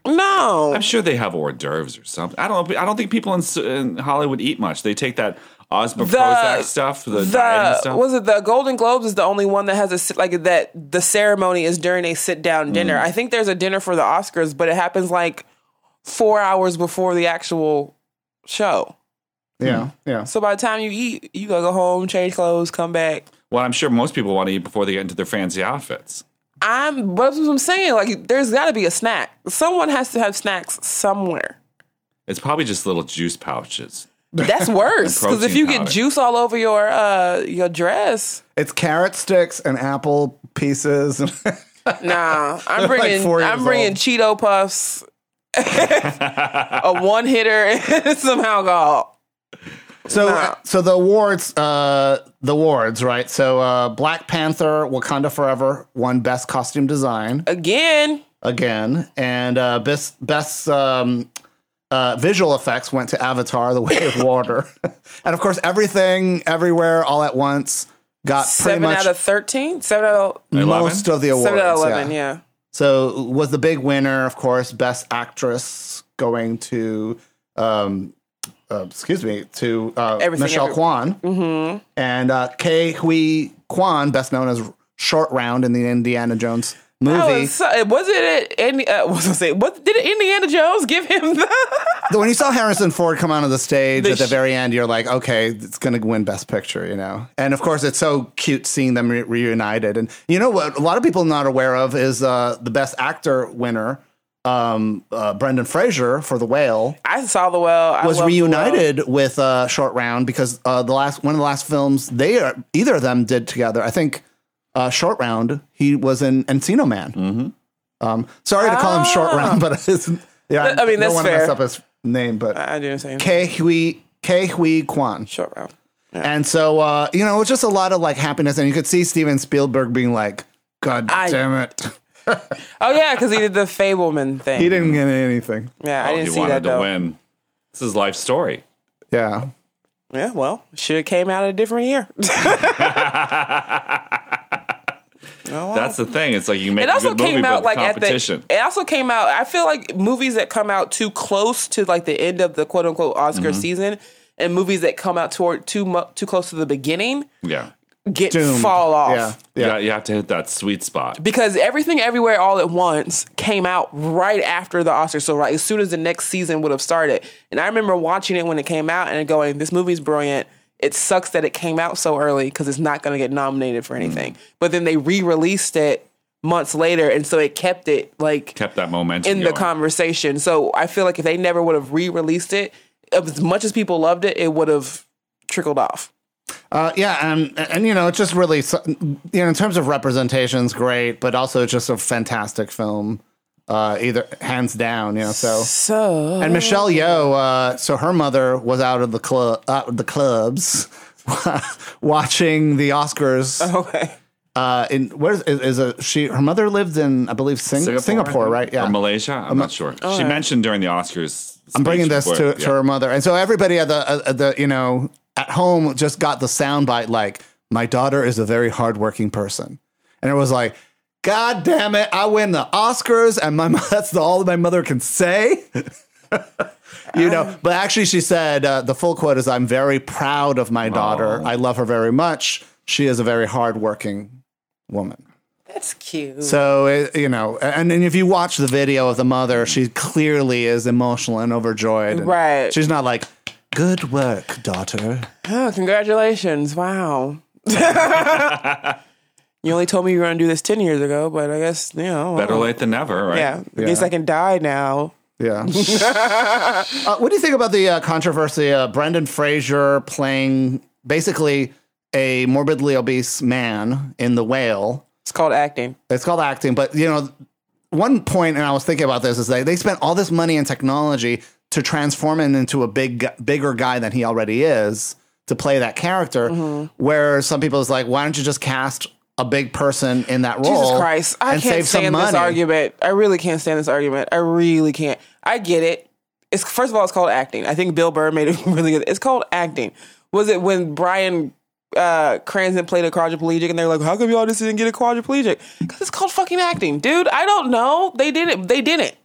No,
I'm sure they have hors d'oeuvres or something. I don't. I don't think people in, in Hollywood eat much. They take that Osmo Prozac stuff, the, dieting stuff.
was it the Golden Globes is the only one that has a sit like that the ceremony is during a sit down
Mm.
dinner. I think there's a dinner for the Oscars, but it happens like four hours before the actual show. Hmm.
Yeah, yeah.
So by the time you eat, you gotta go home, change clothes, come back.
well, I'm sure most people want to eat before they get into their fancy outfits.
I'm but that's what I'm saying. Like there's gotta be a snack. Someone has to have snacks somewhere.
It's probably just little juice pouches.
That's worse. Because if
protein
you get
powder.
juice all over your uh your dress,
It's carrot sticks and apple pieces.
Nah,
They're
I'm
like
bringing
four
I'm
years
bringing
old.
Cheeto puffs, a one hitter, and some alcohol.
So, so the awards, uh, the awards, right? So, uh, Black Panther: Wakanda Forever won Best Costume Design
Uh, Again,
again, and uh, best best um, uh, visual effects went to Avatar: The Way of Water, and of course, everything, everywhere, all at once got
seven
pretty
out
much
of 13, seven out of
most of the awards.
seven out of eleven. Yeah.
So, was the big winner, of course, Best Actress going to, um, uh, excuse me, to uh,
Everything
Michelle
Every-
Kwan. Mm-hmm. And uh, Kei Hui Kwan, best known as Short Round in the Indiana Jones movie.
That was so, was it at any uh, was I say what did Indiana Jones give him the
when you saw Harrison Ford come onto the stage
The
at the
sh-
very end, you're like, okay, it's going to win Best Picture, you know? And of course, it's so cute seeing them re- reunited. And you know what? A lot of people not aware of is uh, the Best Actor winner, um, uh, Brendan Fraser for The Whale,
I saw the well I
was
loved The Whale.
reunited with uh, Short Round because uh, the last one of the last films they are, either of them did together. I think uh, Short Round he was in Encino Man.
Mm-hmm.
Um, sorry to call him Short Round, but it's, yeah,
Ah. I mean, that's
don't wanna
fair.
mess up his name, but
I didn't say
Kei Hui K. Hui Kwan.
Short round.
And so, uh, you know, it was just a lot of like happiness. And you could see Steven Spielberg being like, God
I-
damn it.
Oh yeah, because he did the Fableman thing.
He didn't get anything.
Yeah, I
Oh,
didn't
he
see
wanted
that
to
though.
win. This is life story.
Yeah.
Yeah, well, should have came out a different year.
That's the thing. It's like you make
Oh, It
a
also
good movie,
came
but
out like at the.
competition.
It also came out. I feel like movies that come out too close to like the end of the quote unquote Oscar
Mm-hmm.
season, and movies that come out toward too mu- too close to the beginning
yeah.
get
Doomed.
fall off.
Yeah.
yeah,
Yeah.
You have to hit that sweet spot.
Because everything, everywhere, all at once came out right after the Oscars, so right as soon as the next season would have started. And I remember watching it when it came out and going, "This movie's brilliant." It sucks that it came out so early because it's not going to get nominated for anything.
Mm.
But then they re-released it months later, and so it kept it like
Kept that momentum
in the
going.
conversation. So I feel like if they never would have re-released it, as much as people loved it, it would have trickled off.
Uh, yeah. And, and, you know, it's just really, so- you know, in terms of representations, great, but also just a fantastic film, uh, either hands down, you know, so.
So
And Michelle Yeoh, uh, so her mother was out of the club, out of the clubs, watching the Oscars.
okay,
Uh, in where is, is, is a, she? Her mother lived in, I believe, Sing- Singapore,
I think.
right? Yeah.
Or Malaysia? I'm, not sure.
Oh,
she mentioned during the Oscars.
I'm bringing this to, to her mother, and so everybody at the at the you know at home just got the soundbite like, "My daughter is a very hardworking person," and it was like, "God damn it, I win the Oscars," and my mo- that's the, all that my mother can say. you know, but actually, she said uh, the full quote is, "I'm very proud of my daughter. I love her very much. She is a very hardworking woman."
that's cute.
So it, you know, and, and if you watch the video of the mother, she clearly is emotional and overjoyed. and
Right.
She's not like, "Good work, daughter."
Oh, congratulations! Wow. you only told me you were going to do this ten years ago, but I guess you know.
Better late than never, right?
yeah, I guess I can die now.
Yeah. Uh, what do you think about the uh, controversy? Uh, Brendan Fraser playing basically a morbidly obese man in The Whale.
It's called acting.
It's called acting, but you know, one point, and I was thinking about this is that they spent all this money and technology to transform him into a big, gu- bigger guy than he already is to play that character.
Mm-hmm.
Where some people is like, why don't you just cast a big person in that role?
Jesus Christ! I
and
can't
save some
stand this
money?
argument. I really can't stand this argument. I really can't. I get it. It's first of all, it's called acting. I think Bill Burr made it really good. It's called acting. Was it when Brian uh, Cranston played a quadriplegic, and they're like, "How come y'all just didn't get a quadriplegic?" Because it's called fucking acting, dude. I don't know. They didn't. They didn't.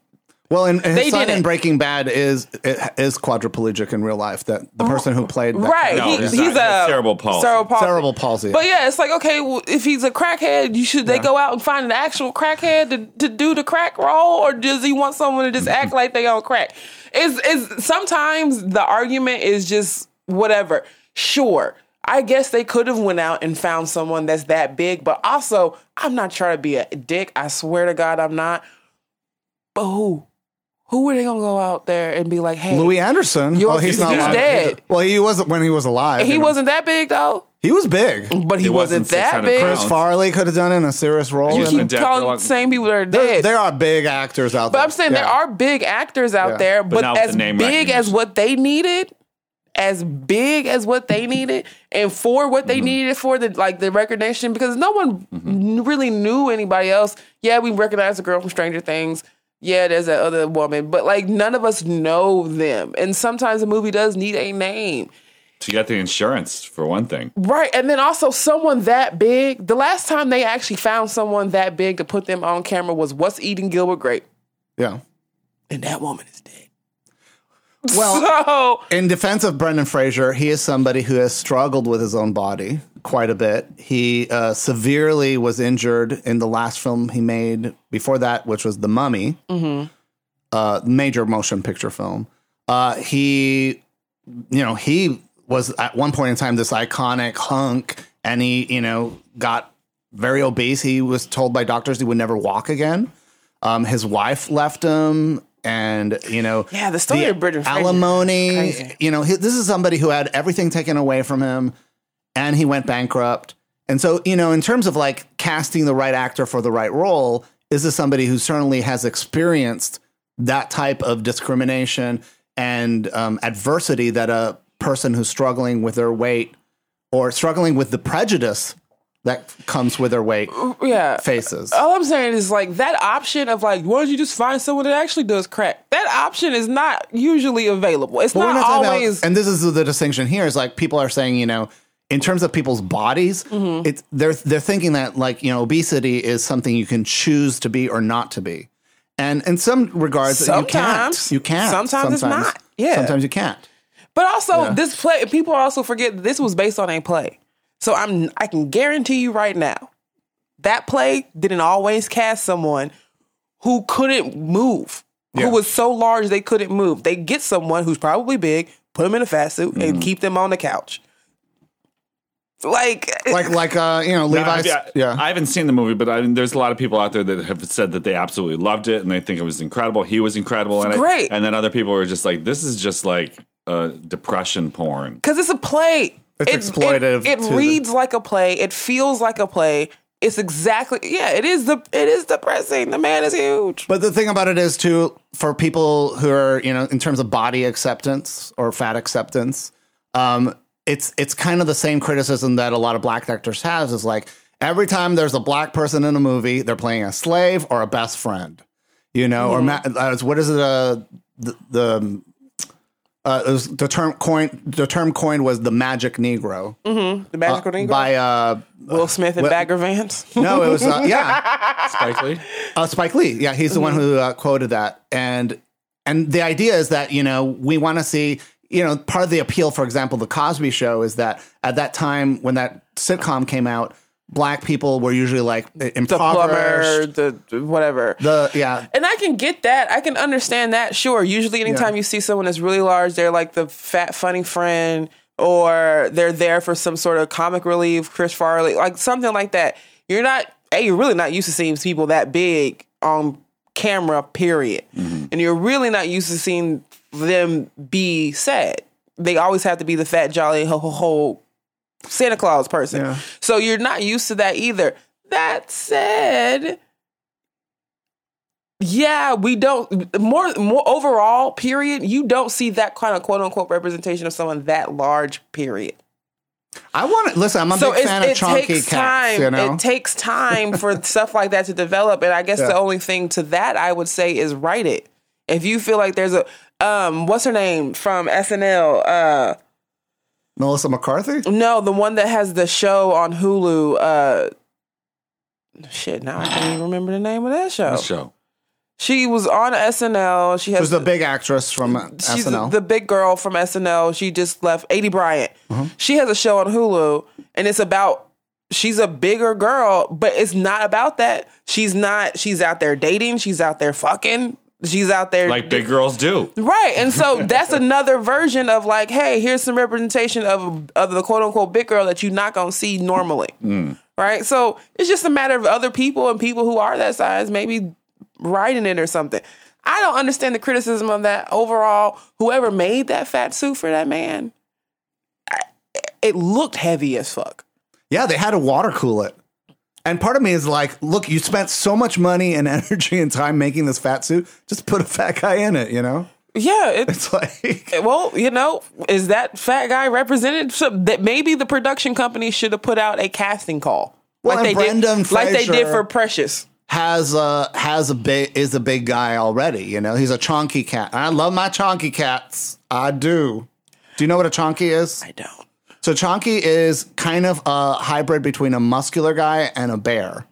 Well, and, and
They
his son
did
in
it.
Breaking Bad is is quadriplegic in real life. That the person who played that
Oh, right.
No,
character.
he,
he's
he's,
not.
a
That's cerebral palsy.
Cerebral palsy.
Cerebral palsy.
But yeah, it's like okay, well, if he's a crackhead, you should they go out and find an actual crackhead to, to do the crack roll, or does he want someone to just act like they on crack? Is is sometimes the argument is just whatever. Sure, I guess they could have went out and found someone that's that big, but also I'm not trying to be a dick. I swear to God, I'm not. But who? Who are they gonna go out there and be like, hey,
Louis Anderson.
You're-
well, he's,
he's
not alive.
dead.
Well, he wasn't when he was alive.
he
you know.
wasn't that big though,
He was big.
but he,
He wasn't
wasn't, that
600
big.
pounds.
Chris Farley could have done it in a serious role.
You
and
keep
then-
Dead for
calling
long-
the same people that are
There-
dead.
There are big actors out there.
but I'm saying there
Yeah.
are big actors out
Yeah.
there, but,
not with
as
the name
big as
recognition.
what they needed, as big as what they needed, and for what
Mm-hmm.
they needed for the like the recognition, because no one n- really knew anybody else. Yeah, we recognize the girl from Stranger Things. Yeah, there's that other woman, but like none of us know them. And sometimes a movie does need a name.
To get the insurance, for one thing.
Right. And then also someone that big. The last time they actually found someone that big to put them on camera was What's Eating Gilbert Grape.
Yeah.
And that woman is dead.
Well,
Oh.
So
in defense of Brendan Fraser, he is somebody who has struggled with his own body quite a bit. He uh, severely was injured in the last film he made before that, which was The Mummy, uh, major motion picture film. Uh, he, you know, he was at one point in time this iconic hunk, and he, you know, got very obese. He was told by doctors he would never walk again. Um, his wife left him, and you know,
Yeah, the story of Brendan Fraser is
alimony.
crazy.
You know, he, this is somebody who had everything taken away from him, and he went bankrupt. And so, you know, in terms of like casting the right actor for the right role, is this somebody who certainly has experienced that type of discrimination and um, adversity that a person who's struggling with their weight or struggling with the prejudice that comes with their weight
yeah.
faces.
All I'm saying is like that option of like, why don't you just find someone that actually does crack? That option is not usually available. It's
But
not,
talking about-
always.
and this is the distinction here is like people are saying, you know, in terms of people's bodies,
Mm-hmm.
it's they're they're thinking that like, you know, obesity is something you can choose to be or not to be. And in some regards,
Sometimes.
you can't. You can't.
Sometimes it's not. Yeah.
Sometimes you can't.
but also, this play people also forget this was based on a play. So I'm I can guarantee you right now, that play didn't always cast someone who couldn't move,
Yeah.
who was so large they couldn't move. They get someone who's probably big, put them in a fat suit,
Mm-hmm.
and keep them on the couch. Like,
Like like uh, you know, Levi's
I,
yeah.
I haven't seen the movie, but I mean, there's a lot of people out there that have said that they absolutely loved it and they think it was incredible. He was incredible, and I-
great.
and then other people were just like, "This is just like uh, depression porn."
Because it's a play.
It's
It-
exploitative
It, it
to the-
reads like a play. It feels like a play. It's exactly yeah. It is the it is depressing. The man is huge.
But the thing about it is, too, for people who are, you know, in terms of body acceptance or fat acceptance, um, it's it's kind of the same criticism that a lot of black actors have is like every time there's a black person in a movie, they're playing a slave or a best friend, you know, or ma- uh, what is it? Uh, the the uh, it was the term coin the term coined was the magic Negro
The magical Negro.
by uh
Will Smith and Bagger Vance.
no it was uh, yeah
Spike Lee.
uh, Spike Lee. Yeah, he's the one
Mm-hmm.
who uh, quoted that, and and the idea is that you know we want to see you know part of the appeal, for example, the Cosby Show is that at that time when that sitcom came out, black people were usually like
the plumber.
impoverished.
The, the whatever.
The yeah,
and I can get that. I can understand that. Sure. Usually, anytime
Yeah.
you see someone that's really large, they're like the fat, funny friend, or they're there for some sort of comic relief, Chris Farley, like something like that. You're not, hey, you're really not used to seeing people that big on camera, period.
Mm-hmm.
And you're really not used to seeing them be sad. They always have to be the fat, jolly, ho ho ho Santa Claus person.
Yeah.
So you're not used to that either. That said, yeah, we don't more more overall. Period. You don't see that kind of quote unquote representation of someone that large. Period.
I want to listen. I'm a
so
big
it's,
fan
it
of chunky
takes
cats.
time.
you know,
It takes time for stuff like that to develop. And I guess the
Yeah.
only thing to that I would say is write it. If you feel like there's a um, what's her name from SNL? Uh,
Melissa McCarthy.
no, the one that has the show on Hulu. Uh, shit, now I can't even remember the name of that show.
This show.
She was on SNL. She has
Who's the big actress from uh,
she's
SNL?
the big girl from SNL. She just left. 80 Bryant. She has a show on Hulu, and it's about she's a bigger girl, but it's not about that. She's not. She's out there dating. She's out there fucking. She's out there
like big girls do.
Right. And so that's another version of like, hey, here's some representation of of the quote unquote big girl that you're not gonna see normally. Right? So it's just a matter of other people and people who are that size maybe writing it or something. I don't understand the criticism of that overall. Whoever made that fat suit for that man, I, it looked heavy as fuck.
Yeah, they had to water cool it. And part of me is like, look, you spent so much money and energy and time making this fat suit. Just put a fat guy in it, you know?
Yeah, it,
It's like,
well, you know, is that fat guy represented? So that maybe the production company should have put out a casting call,
Well, and Brendan
did, like they did
Fraser-
for Precious.
has a has a big is a big guy already, you know? He's a chonky cat. And I love my chonky cats. I do. Do you know what a chonky is?
I don't.
So chonky is kind of a hybrid between a muscular guy and a bear.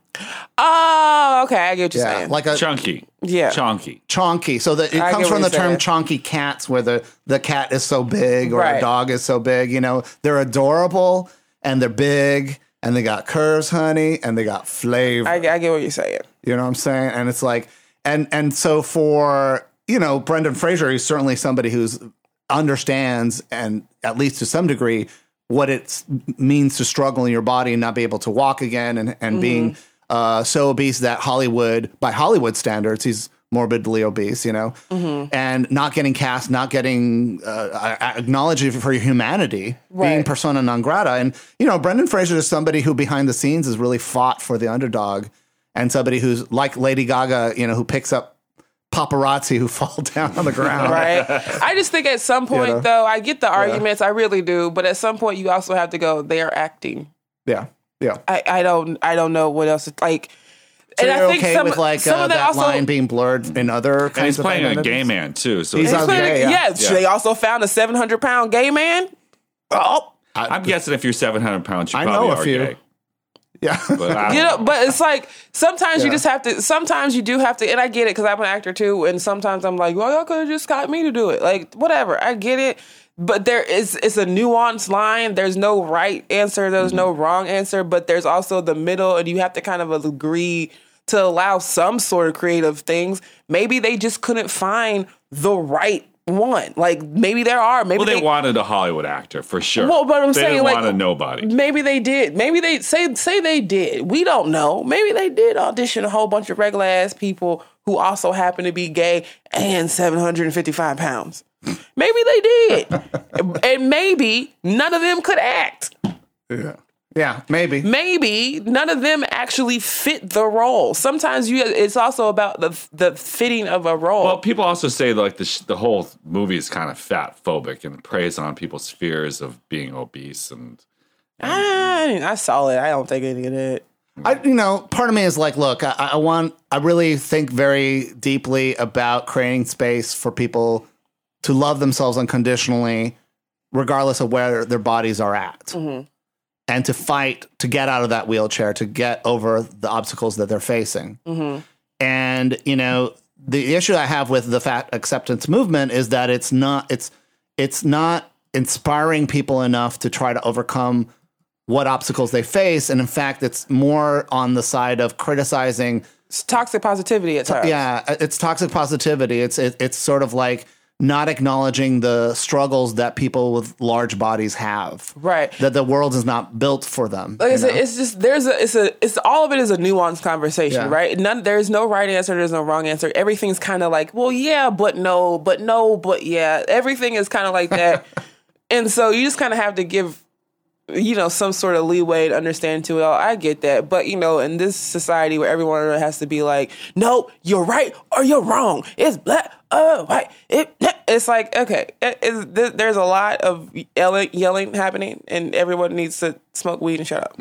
Oh, okay, I get what you're
Yeah,
saying.
like a
Chunky.
Uh, Yeah.
Chunky.
chonky. So that it
I
comes
get
from the
what
term
you're
chonky cats, where the, the cat is so big or a
Right.
dog is so big. You know, they're adorable and they're big and they got curves, honey, and they got flavor.
I, I get what you're saying.
you know what I'm saying? And it's like, and and so for you know Brendan Fraser, he's certainly somebody who's understands and at least to some degree what it means to struggle in your body and not be able to walk again and and being uh, so obese that Hollywood by Hollywood standards he's morbidly obese you know and not getting cast not getting uh, a- a- acknowledged for your humanity being
Right.
persona non grata and you know Brendan Fraser is somebody who behind the scenes has really fought for the underdog and somebody who's like Lady Gaga you know who picks up paparazzi who fall down on the ground.
right? I just think at some point,
know?
though, I get the arguments, I really do, but at some point, you also have to go. They are acting.
Yeah. Yeah.
I, I don't, I don't know what else. it's Like,
So
and
you're
I think
okay
some,
with like
some
uh,
of
that
that, also.
line being blurred in other kinds
And he's
of
playing a
identities?
gay man too. So
He's
it's-
on-
Clearly-
Yeah, yeah.
yeah, They also found a seven hundred pound gay man.
Oh,
I'm guessing if you're 700 pounds, you
I
probably
know a
are
few.
gay.
yeah.
But I don't
You know, but it's like sometimes
Yeah.
you just have to. Sometimes you do have to, and I get it because I'm an actor too. And sometimes I'm like, well, y'all could have just got me to do it. Like whatever, I get it. But there is it's a nuanced line. There's no right answer. There's no wrong answer. But there's also the middle, and you have to kind of agree to allow some sort of creative things. Maybe they just couldn't find the right one. Like maybe there are. Maybe
Well, they,
they
wanted a Hollywood actor for sure.
Well, but I'm
they
saying,
didn't
like-
want a nobody.
Maybe they did. Maybe they say say they did. We don't know. Maybe they did audition a whole bunch of regular ass people who also happen to be gay and 755 pounds. Maybe they did. and maybe none of them could act.
yeah. Yeah, maybe.
Maybe none of them actually fit the role. Sometimes you it's also about the the fitting of a role.
Well, people also say like the sh- the whole movie is kind of fat phobic and preys on people's fears of being obese and
I, I saw it. I don't think any of that.
I, you know, part of me is like, look, I, I want, I really think very deeply about creating space for people to love themselves unconditionally, regardless of where their bodies are at, and to fight to get out of that wheelchair, to get over the obstacles that they're facing. And you know, the issue I have with the fat acceptance movement is that it's not, it's, it's not inspiring people enough to try to overcome what obstacles they face. And in fact, it's more on the side of criticizing.
It's toxic positivity at times.
Yeah, it's toxic positivity. It's it, it's sort of like not acknowledging the struggles that people with large bodies have.
Right.
That the world is not built for them.
Like I
you
said,
know?
it's just there's a it's a it's all of it is a nuanced conversation,
Yeah.
right? None there's no right answer, there's no wrong answer. Everything's kind of like, well, yeah, but no, but no, but yeah. Everything is kind of like that, and so you just kind of have to give, you know, some sort of leeway to understand to it all. I get that, but you know, in this society where everyone has to be like, no, you're right or you're wrong. It's black, uh, white. It it's like okay, it, it's, there- there's a lot of yelling, yelling happening, and everyone needs to smoke weed and shut up.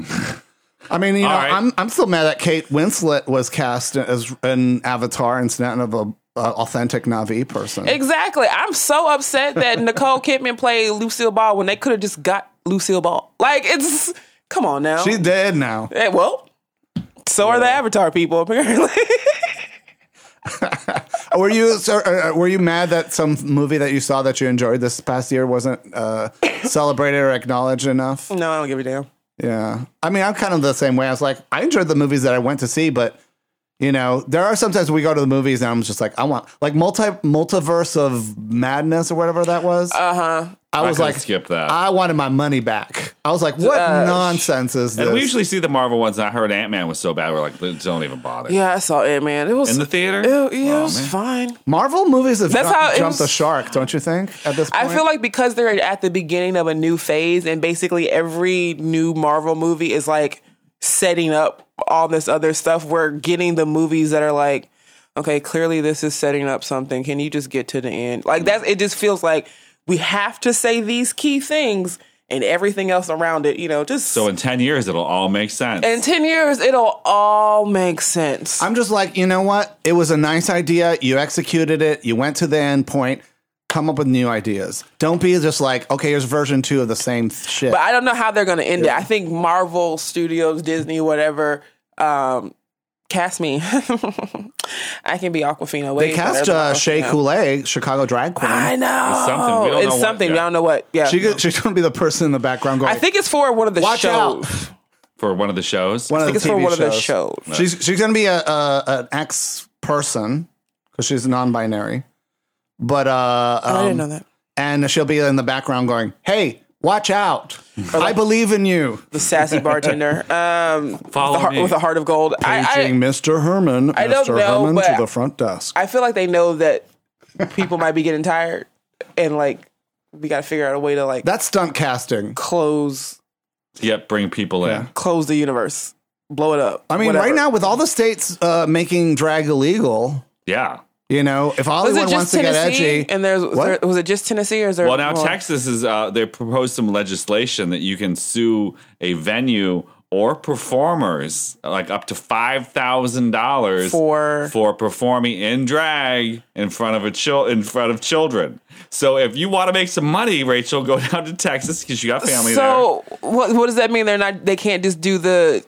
I mean, you know,
All right.
I'm I'm still mad that Kate Winslet was cast as an Avatar instead of a, a authentic Navi person.
Exactly. I'm so upset that Nicole Kidman played Lucille Ball when they could have just got Lucille Ball. Like it's come on now.
She did now.
Hey, well, so are the Avatar people apparently.
Were you so, uh, uh, were you mad that some movie that you saw that you enjoyed this past year wasn't uh, celebrated or acknowledged enough?
no, I don't give a damn.
Yeah, I mean, I'm kind of the same way. I was like, I enjoyed the movies that I went to see, but you know, there are sometimes we go to the movies and I'm just like, I want like multi multiverse of madness or whatever that was. Uh huh.
Uh-huh.
I was
could've
like,
skipped that.
I wanted my money back. I was like, what nonsense is this?
And we usually see the Marvel ones. And I heard Ant Man was so bad. We're like, don't even bother.
Yeah, I saw it, man. It was
In the theater?
Ew, yeah,
Oh,
it was
man.
fine.
Marvel movies have
That's
jump-
how it
jumped
was-
the shark, don't you think? At this point,
I feel like because they're at the beginning of a new phase, and basically every new Marvel movie is like setting up all this other stuff. We're getting the movies that are like, okay, clearly this is setting up something. Can you just get to the end? Like that's it. Just feels like we have to say these key things, and everything else around it, you know, just
So in 10 years, it'll all make sense.
in ten years it'll all make sense.
I'm just like, you know what? It was a nice idea. You executed it. You went to the end point. Come up with new ideas. Don't be just like, okay, here's version two of the same th- shit.
But I don't know how they're going to end it. I think Marvel Studios, Disney, whatever, um, cast me. I can be Aquafina.
they
Wade,
cast
whatever.
uh, Shea
Yeah.
Coulee, Chicago drag queen.
I know.
something. We don't know
It's it's
what
something.
yet.
We don't know what. Yeah.
She could, she's going to be the person in the background going.
I think it's for one of the
Watch
shows.
for one of the shows.
one
I
of
think
the
it's for
TV
one of the
shows.
shows.
She's she's going to be a, a an ex person because she's non-binary. But uh,
Oh, I didn't
um,
know that.
and she'll be in the background going, "Hey, watch out! I believe in you."
The sassy bartender. Um,
Follow
the heart-
me.
with a heart of gold. I,
Paging Mr. Herman,
I
Mr.
don't know,
Herman to
but-
the front desk.
I, I feel like they know that people might be getting tired, and like we got to figure out a way to like
That's stunt casting.
close
Yep, bring people in.
close the universe, blow it up.
I mean, right now with all the states uh, making drag illegal,
Yeah.
You know, if
Was
Hollywood
it just
wants to get
Tennessee?
edgy,
And there's
What?
there, was it just Tennessee or is there?
Well, now
more?
Texas is uh, they proposed some legislation that you can sue a venue or performers like up to five thousand dollars
For-
for performing in drag in front of a chil- in front of children. So if you want to make some money, Rachel, go down to Texas because you got family
So what what does that mean? They're not they can't just do the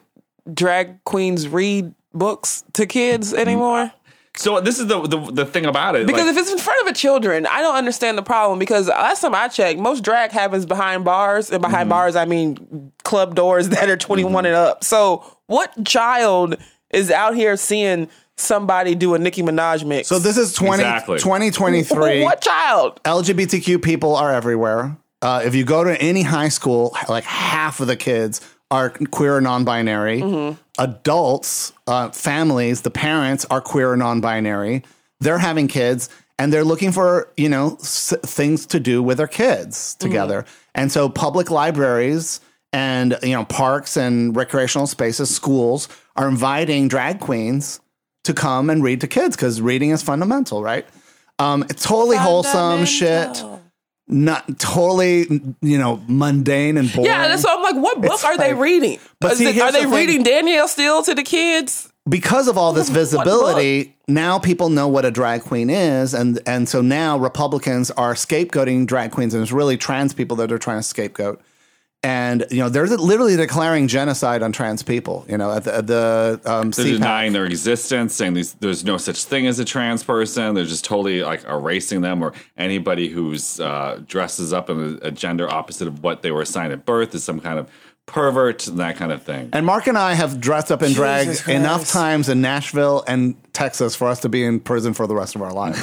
drag queens read books to kids anymore.
there. So this is the the, the thing about it
Because
Mm-hmm. like-
if it's in front of a children, I don't understand the problem. Because last time I checked, most drag happens behind bars, and
Mm-hmm.
behind bars I mean club doors that are twenty one and up. So what child is out here seeing somebody do a Nicki Minaj mix?
so this is 20,
Exactly.
2023.
what child?
LGBTQ people are everywhere. Uh, if you go to any high school, like half of the kids are queer or non-binary. Adults, uh, families, the parents are queer or non-binary. They're having kids, and they're looking for you know s- things to do with their kids together. And so, public libraries and you know parks and recreational spaces, schools are inviting drag queens to come and read to kids because reading is fundamental, right? Um, it's totally wholesome shit. Not totally, you know, mundane and boring.
Yeah, that's so I'm like, what book
It's
are they
like-
reading?
But
Is
see,
it-
here's
are
the
they
thing.
reading Danielle Steele to the kids?
because of all this visibility, now people know what a drag queen is, and and so now Republicans are scapegoating drag queens, and it's really trans people that are trying to scapegoat. And you know, they're literally declaring genocide on trans people. You know, at the, at the um,
They're
CPAC.
denying their existence, saying these, there's no such thing as a trans person. They're just totally like erasing them, or anybody who's uh, dresses up in a, a gender opposite of what they were assigned at birth is some kind of pervert and that kind of thing.
And Mark and I have dressed up in drag
Jesus Christ.
enough times in Nashville and Texas for us to be in prison for the rest of our lives.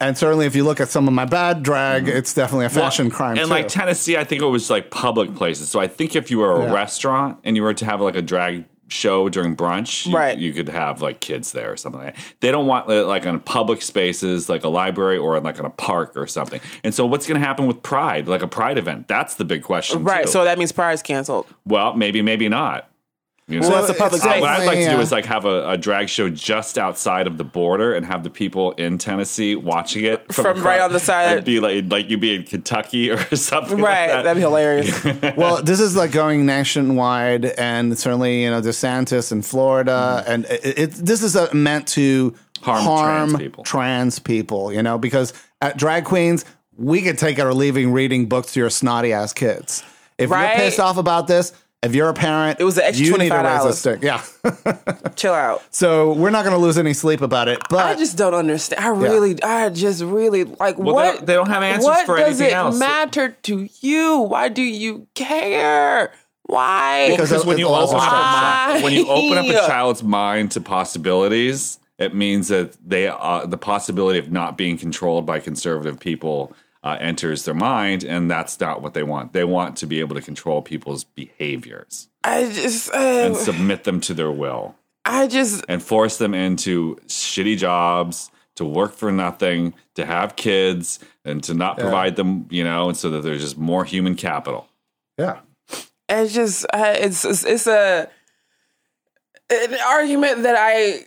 and certainly, if you look at some of my bad drag, it's definitely a fashion crime.
And
too.
like Tennessee, I think it was like public places. So I think if you were a
Yeah.
restaurant and you were to have like a drag show during brunch, you,
Right.
you could have like kids there or something. Like that. They don't want uh, like on public spaces, like a library or like in a park or something. And so what's going to happen with Pride, like a Pride event? That's the big question,
Right.
too.
So that means Pride's canceled.
Well, maybe, maybe not. You know?
Well, that's a public
Uh, What I'd like to do
yeah.
is like have a, a drag show just outside of the border and have the people in Tennessee watching it
From right
across-
on the side.
It'd be like like you'd be in Kentucky or something. like
Right.
that.
That'd be hilarious.
well, this is like going nationwide, and certainly you know DeSantis in Florida, and it, it, this is uh meant to
Mm-hmm. Harm
harm,
trans people.
trans people, You know, because at drag queens, we could take our leaving reading books to your snotty ass kids. If
Right.
you're pissed off about this, if you're a parent, it
was an extra
you need to raise a
$25.
stick. Yeah.
Chill out.
so we're not going to lose any sleep about it, but
I just don't understand. I really, I just really like
they
what
don't- they don't have answers
what
for
does
anything
it
else.
matter to you? Why do you care? Why?
Because
because when
It's a
you
lot of
open up a
stress.
chi- when you open up a
Why?
child's mind to possibilities, it means that they uh, the possibility of not being controlled by conservative people uh, enters their mind, and that's not what they want. They want to be able to control people's behaviors
I just, uh,
and submit them to their will.
I just,
and force them into shitty jobs to work for nothing to have kids and to not provide them you know and so that there's just more human capital
yeah.
it's just, I, it's, it's, it's a an argument that I.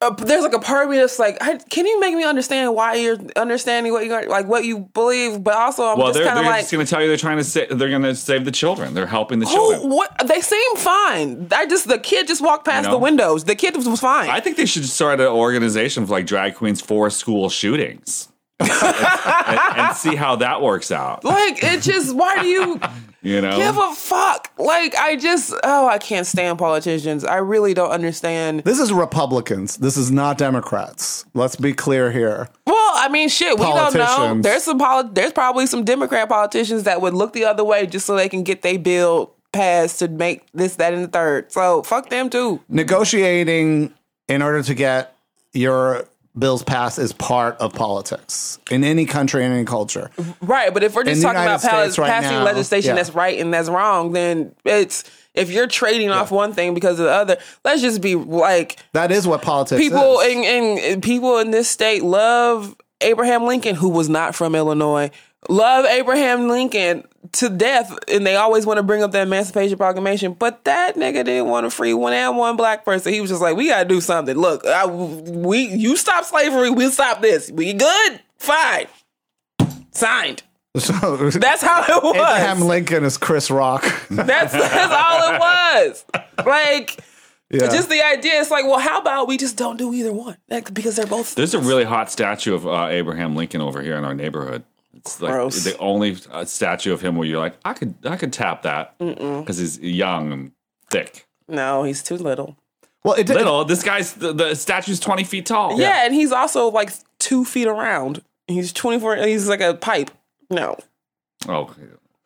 Uh, there's like a part of me that's like, I, can you make me understand why you're understanding what you're like, what you believe, but also I'm
well
just
they're,
kind
they're
of like,
just going to tell you they're trying to sa- they're going to save the children they're helping the
Who?
children
What? They seem fine. I just the kid just walked past
know?
the windows. The kid was, was fine.
i think they should start an organization for like drag queens for school shootings and, and see how that works out
like it just. Why do you
you know
give a fuck? Like I just. Oh, I can't stand politicians. I really don't understand.
This is Republicans. This is not Democrats. Let's be clear here.
Well, I mean, shit. We don't know.
Politicians.
There's some. Poli- there's probably some Democrat politicians that would look the other way just so they can get their bill passed to make this, that, and the third. So fuck them too.
negotiating in order to get your bills passed is part of politics in any country in any culture.
Right, but if we're
In
just
the
talking about
United
pal-
States right
passing
now,
legislation
yeah.
that's right and that's wrong, then it's if you're trading off one thing because of the other. Let's just be like
That is what politics
people
is.
in, in people in this state love Abraham Lincoln, who was not from Illinois, love Abraham Lincoln to death, and they always want to bring up the Emancipation Proclamation. But that nigga didn't want to free one and one black person. He was just like, we gotta do something. Look, I, we you stop slavery, we'll stop this. We good? Fine. Signed.
So
That's how it was.
Abraham Lincoln is Chris Rock.
That's that's all it was. Like
Yeah.
just the idea. It's like, well, how about we just don't do either one? Like, because they're both
There's a really hot statue of uh, Abraham Lincoln over here in our neighborhood. It's like
Gross.
the only uh, statue of him where you're like, I could, I could tap that because he's young and thick.
no. He's too little.
well, it did,
Little. This guy's the, the statue's 20 feet tall.
Yeah, and he's also like two feet around. He's 24. He's like a pipe. No.
Oh,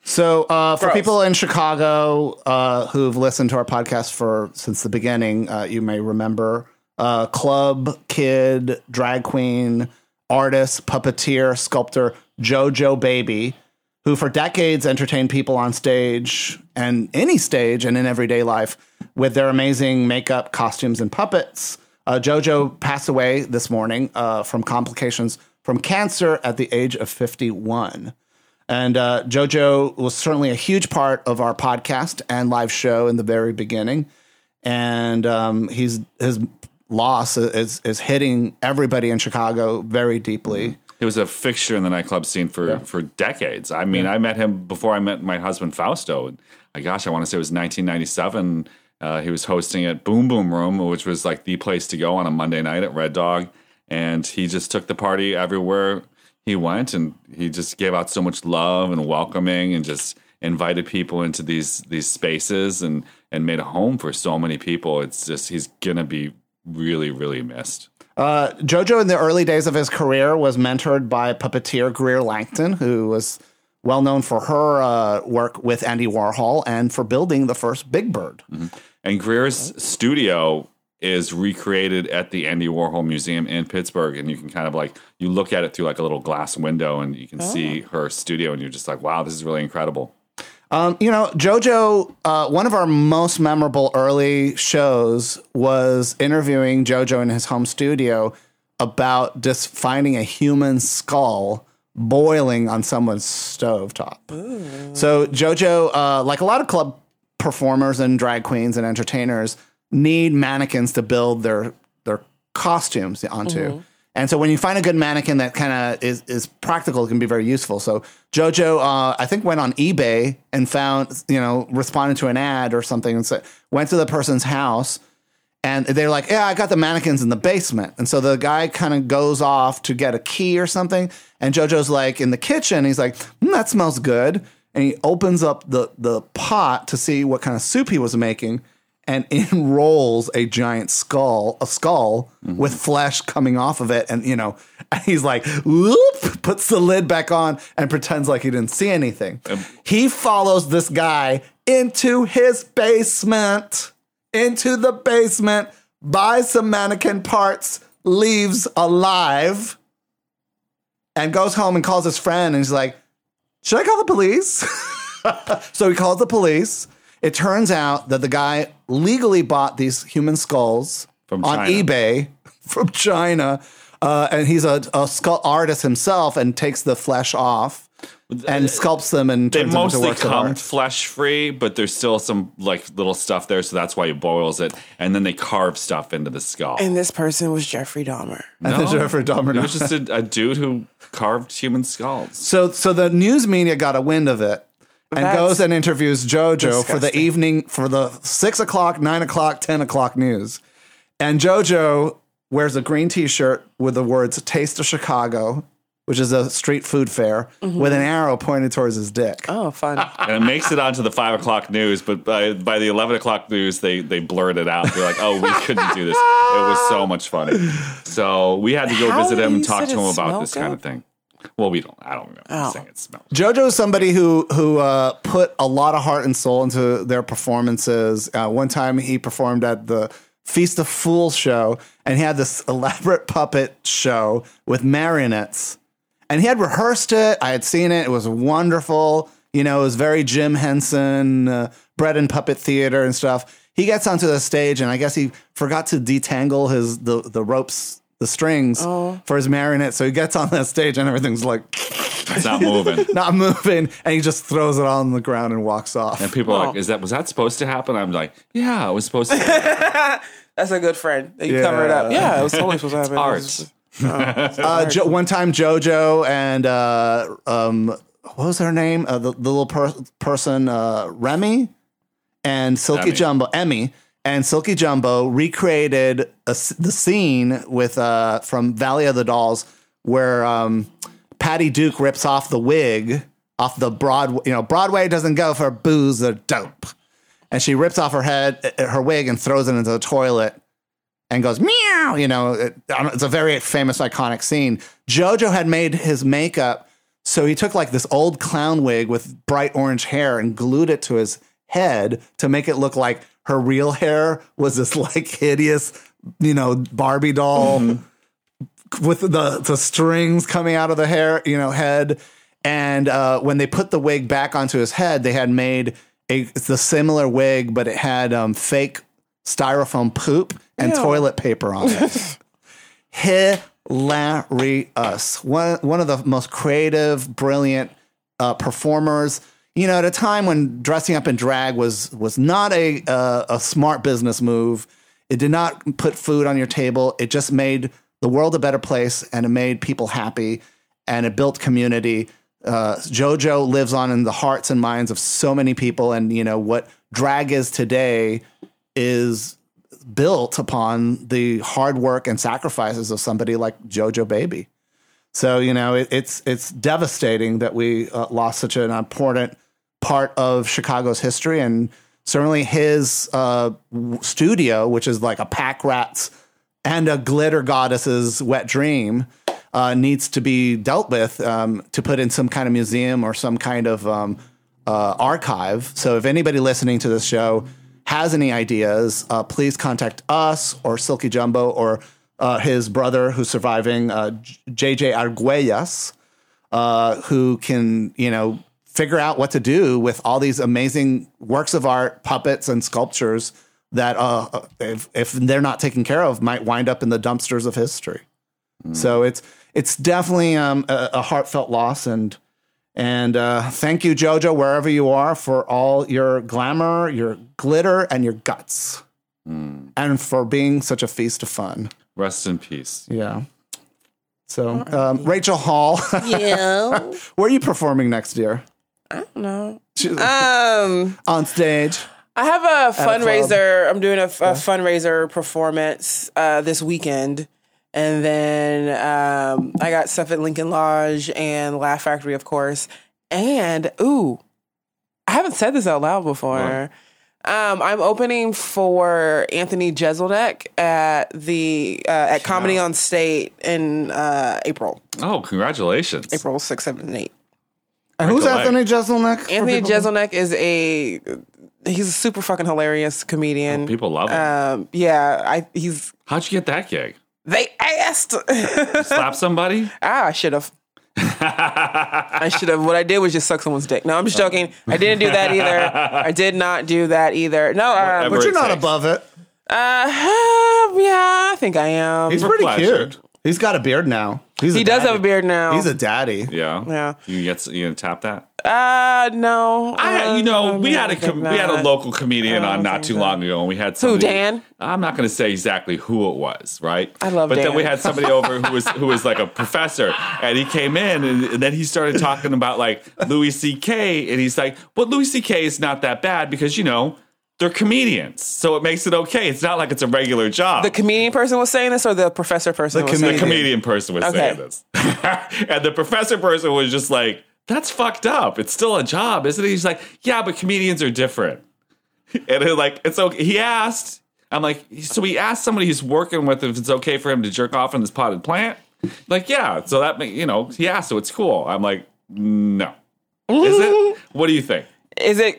So, uh, for
Gross.
people in Chicago uh, who've listened to our podcast for since the beginning, uh, you may remember uh, club kid, drag queen, artist, puppeteer, sculptor JoJo Baby, who for decades entertained people on stage and any stage and in everyday life with their amazing makeup, costumes, and puppets. Uh, JoJo passed away this morning uh, from complications from cancer at the age of 51. And uh, JoJo was certainly a huge part of our podcast and live show in the very beginning. And um, he's his loss is is hitting everybody in Chicago very deeply.
He was a fixture in the nightclub scene for, for decades. I mean, I met him before I met my husband Fausto. And I gosh, I want to say it was 1997. Uh, he was hosting at Boom Boom Room, which was like the place to go on a Monday night at Red Dog, and he just took the party everywhere he went, and he just gave out so much love and welcoming, and just invited people into these these spaces and and made a home for so many people. It's just he's gonna be really really missed.
Uh, JoJo, in the early days of his career, was mentored by puppeteer Greer Langton, who was well known for her uh, work with Andy Warhol and for building the first Big Bird.
And Greer's studio is recreated at the Andy Warhol Museum in Pittsburgh, and you can kind of like you look at it through like a little glass window, and you can see her studio, and you're just like, wow, this is really incredible.
Um, you know, JoJo, uh, one of our most memorable early shows was interviewing JoJo in his home studio about just finding a human skull boiling on someone's stovetop. So JoJo, uh, like a lot of club performers and drag queens and entertainers, need mannequins to build their their costumes onto. And so when you find a good mannequin that kind of is is practical, it can be very useful. So JoJo, uh, I think went on eBay and found you know responded to an ad or something and said went to the person's house and they're like, "Yeah, I got the mannequins in the basement." And so the guy kind of goes off to get a key or something, and JoJo's like in the kitchen. He's like, mm, "That smells good," and he opens up the the pot to see what kind of soup he was making, and in rolls a giant skull, a skull with flesh coming off of it, and you know, and he's like, "Whoop!" puts the lid back on and pretends like he didn't see anything. he follows this guy into his basement into the basement, buys some mannequin parts, leaves alive, and goes home and calls his friend and he's like, Should I call the police? so he calls the police. It turns out that the guy legally bought these human skulls
From
on
China.
eBay from China. Uh, and he's a, a skull artist himself and takes the flesh off and sculpts them and
uh, They
turns them into
mostly
works of
come
art.
flesh free, but there's still some like little stuff there, so that's why he boils it, and then they carve stuff into the skull.
And this person was Jeffrey Dahmer.
no,
then Jeffrey Dahmer-
It was just a, a dude who carved human skulls.
So so the news media got a wind of it and
That's
goes and interviews JoJo for the
disgusting.
evening for the six o'clock, nine o'clock, ten o'clock news. And JoJo wears a green T-shirt with the words "Taste of Chicago," which is a street food fair,
Mm-hmm.
with an arrow pointed towards his dick.
Oh, fun.
And it makes it onto the five o'clock news, but by, by the eleven o'clock news, they they blurred it out. They're like, "Oh, we couldn't do this." It was so much funny. So we had to go
How
visit him and
you
talk
said
to him
it
about
smelled
this kind of
good?
thing. Well, we don't. I don't remember
Oh.
saying it smelled.
JoJo's somebody who who uh, put a lot of heart and soul into their performances. Uh, one time he performed at the Feast of Fools show, and he had this elaborate puppet show with marionettes. And he had rehearsed it. I had seen it. It was wonderful. You know, it was very Jim Henson, uh, bread and puppet theater and stuff. He gets onto the stage, and I guess he forgot to detangle his the the ropes the strings for his marionette. So he gets on that stage and everything's like
It's not moving.
not moving, and he just throws it all on the ground and walks off.
And people are
Oh.
like, "Is that was that supposed to happen?" I'm like, "Yeah, it was supposed to." happen.
That's a good friend. You cover it up. Yeah, it was totally supposed to happen. It was-
Art.
Uh, jo- one time, JoJo and uh, um, what was her name? Uh, the, the little per- person, uh, Remy, and Silky
Emmy.
Jumbo, Emmy, and Silky Jumbo recreated a s the scene with uh, from Valley of the Dolls where um, Patty Duke rips off the wig off the Broadway. You know, Broadway doesn't go for booze or dope, and she rips off her head, her wig, and throws it into the toilet and goes meow. You know, it, I don't- it's a very famous, iconic scene. JoJo had made his makeup, so he took like this old clown wig with bright orange hair and glued it to his head to make it look like her real hair was this like hideous, you know, Barbie doll with the the strings coming out of the hair, you know, head. And uh, when they put the wig back onto his head, they had made a it's the similar wig, but it had um, fake styrofoam poop and toilet paper on it. Hilarious! One one of the most creative, brilliant uh, performers. You know, at a time when dressing up in drag was was not a uh, a smart business move. It did not put food on your table. It just made the world a better place, and it made people happy, and it built community. Uh, JoJo lives on in the hearts and minds of so many people, and you know what drag is today is built upon the hard work and sacrifices of somebody like JoJo Baby. So you know, it, it's it's devastating that we uh, lost such an important part of Chicago's history, and certainly his uh, w- studio, which is like a pack rat's and a glitter goddess's wet dream, uh, needs to be dealt with um, to put in some kind of museum or some kind of um, uh, archive. So if anybody listening to this show has any ideas, uh, please contact us or Silky Jumbo or uh, his brother who's surviving, uh, J- JJ Arguelles, uh, who can, you know, figure out what to do with all these amazing works of art, puppets and sculptures that uh, if, if they're not taken care of might wind up in the dumpsters of history. So it's it's definitely um, a, a heartfelt loss, and and uh, thank you, JoJo, wherever you are, for all your glamour, your glitter, and your guts, and for being such a feast of fun.
Rest in peace.
Yeah. So um, Rachel Hall,
Yeah.
where are you performing next year?
no.
She-
Um.
on stage.
I have a
At a
fundraiser. I'm doing a, f- a fundraiser performance uh, this weekend. And then um, I got stuff at Lincoln Lodge and Laugh Factory, of course. And, ooh, I haven't said this out loud before. Um, I'm opening for Anthony Jeselnik at the uh, at Comedy on State in uh, April,
Oh, congratulations!
April 6, 7, and 8.
And who's
Michael
Anthony Jeselnik? for
Anthony
people?
Jeselnik is a he's a super fucking hilarious comedian.
People love it.
Um, yeah, I he's
How'd you get that gig?
they asked.
Slap somebody?
ah, I should have. I should have. What I did was just suck someone's dick. No, I'm just joking. I didn't do that either. I did not do that either. No, uh,
Whatever.
But you're not
Takes.
above it.
uh, yeah, I think I am.
He's pretty
flattered.
cute. He's got a beard now. He's
he does have a beard now.
He's a daddy.
Yeah.
Yeah.
You get you gonna tap that?
uh, no.
I
Uh,
had, you know, we
no,
had a
I think
com- we had a
not.
local comedian on not too long ago, and we had somebody,
Dan?
I'm not going to say exactly who it was, right?
I love
But then
Dan.
we had somebody over who was who was like a professor, and he came in, and, and then he started talking about like Louis C.K. and he's like, "Well, Louis C.K. is not that bad because you know they're comedians, so it makes it okay. It's not like it's a regular job."
The comedian person was saying this, or the professor person
The
was
the
saying
comedian.
comedian
this?
person was
Okay.
saying this, and the professor person was just like, "That's fucked up. It's still a job, isn't it?" He's like, "Yeah, but comedians are different." And it, like, it's okay. He asked, "I'm like, so he asked somebody he's working with if it's okay for him to jerk off in this potted plant." Like, yeah. So that ma- you know, yeah. So it's cool. I'm like, no, is it? What do you think?
Is it?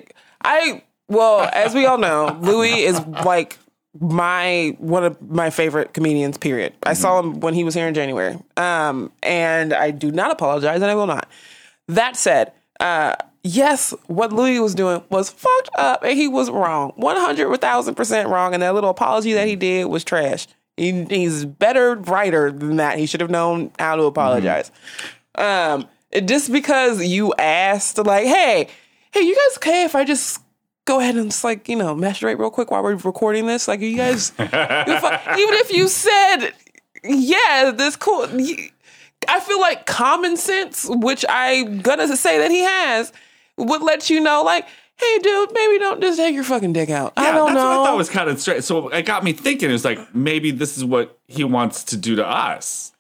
I well, as we all know, Louis is like my one of my favorite comedians. Period. I saw him when he was here in January, um, and I do not apologize, and I will not. That said, uh, yes, what Louis was doing was fucked up, and he was wrong, one hundred thousand percent wrong, and that little apology that he did was trash. He, he's better writer than that. He should have known how to apologize. Um, it- just because you asked, like, hey, hey, you guys okay if I just go ahead and just like you know masturbate real quick while we're recording this? Like, are you guys? you fu- even if you said yeah, this cool. y- I feel like common sense, which I'm gonna say that he has, would let you know, like, hey, dude, maybe don't just take your fucking dick out. I
Yeah,
don't
that's
know.
what I thought was kind of strange. So it got me thinking. It's like maybe this is what he wants to do to us.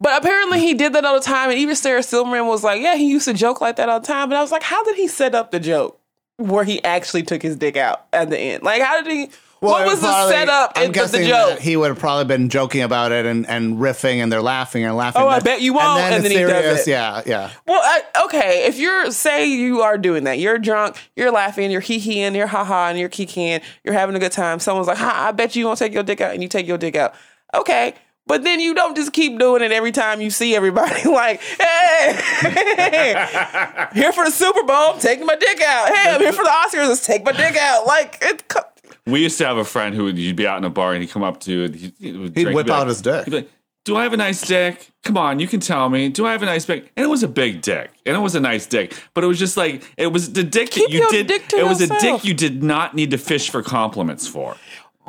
But apparently he did that all the time. And even Sarah Silverman was like, yeah, he used to joke like that all the time. But I was like, how did he set up the joke where he actually took his dick out at the end? Like, how did he, what was the
probably-
setup
I'm
and the, the
guessing
joke?
that He would have probably been joking about it and, and riffing, and they're laughing and laughing.
Oh, I
That's-
bet you won't, and
it's
then he does it.
Yeah, yeah.
well, I, okay, if you're, say you are doing that, you're drunk, you're laughing, you're hee heeing, you're ha ha, and you're kikiing, you're having a good time. Someone's like, ha, I bet you won't take your dick out, and you take your dick out. Okay. But then you don't just keep doing it every time you see everybody. Like, hey, here for the Super Bowl, I'm taking my dick out. Hey, I'm here for the Oscars, let's take my dick out. Like, it, co-
We used to have a friend who would you'd be out in a bar and he'd come up to you and he, he would drink,
whip
be like-
out his dick.
he'd be like, Do I have a nice dick? Come on, you can tell me. Do I have a nice dick? And it was a big dick, and it was a nice dick, but it was just like it was the dick
Keep
that you
your
did.
dick to
it was a
yourself.
dick you did not need to fish for compliments for.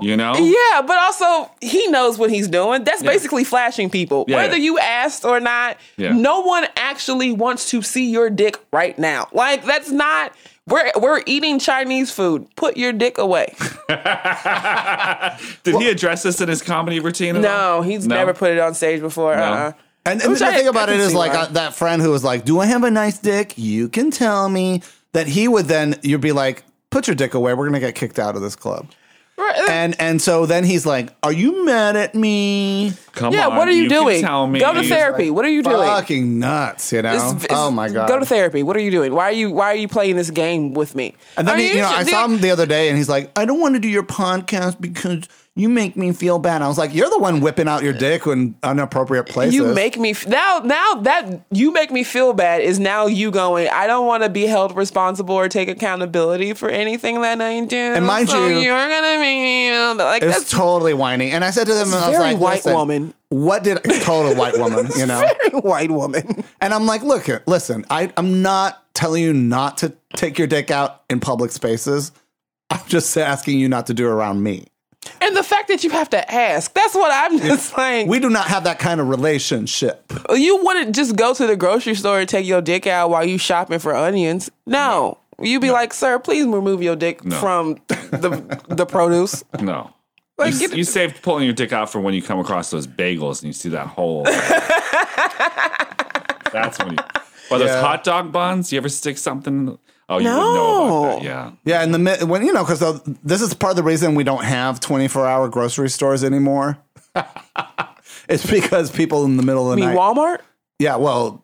You know?
yeah, but also he knows what he's doing. That's basically flashing people.
Yeah.
Whether you asked or not,
Yeah.
no one actually wants to see your dick right now. Like that's not we're we're eating Chinese food. Put your dick away.
Did he address this in his comedy routine? at all?
No, he's
No?
never put it on stage before. Uh-uh.
And, and
Which
the
I-
thing about
I
it
can
is
see
like
why.
uh, that friend who was like, "Do I have a nice dick? You can tell me." That he would then you'd be like, "Put your dick away. We're gonna get kicked out of this club."
Right.
And and so then he's like, "Are you mad at me?"
Come
yeah,
on,
what are you,
can
doing?
tell me.
Go to therapy. what are you doing?
Fucking nuts, you know?
It's- it's-
oh my god.
Go to therapy. What are you doing? Why are you Why are you playing this game with me?
And then
Are
he, you, know, I
do-
saw him the other day, and he's like, "I don't want to do your podcast because you make me feel bad." I was like, "You're the one whipping out your dick when inappropriate places."
You make me f- now. Now that you make me feel bad is now you going. I don't want to be held responsible or take accountability for anything that I do. And
mind
so
you-
you're gonna make me feel bad. like
It's
that's
totally whiny. And I said to them, I was
very
like,
white
"Listen,
woman."
What did total white woman? You know,
very white woman.
And I'm like, look, listen, I, I'm not telling you not to take your dick out in public spaces. I'm just asking you not to do it around me.
And the fact that you have to ask, that's what I'm just like.
We do not have that kind of relationship.
you wouldn't just go to the grocery store and take your dick out while you shopping for onions. No. You'd be like, sir, please remove your dick from the the produce.
No.
Like,
you,
get-
you saved pulling your dick out for when you come across those bagels and you see that hole. That's when you. Or those
Yeah.
hot dog buns. You ever stick something? Oh, you wouldn't know about that.
No.
Yeah.
Yeah, and the mi- when you know, because this is part of the reason we don't have 24 hour grocery stores anymore. it's because people in the middle of the
I mean,
night.
Walmart?
yeah, well,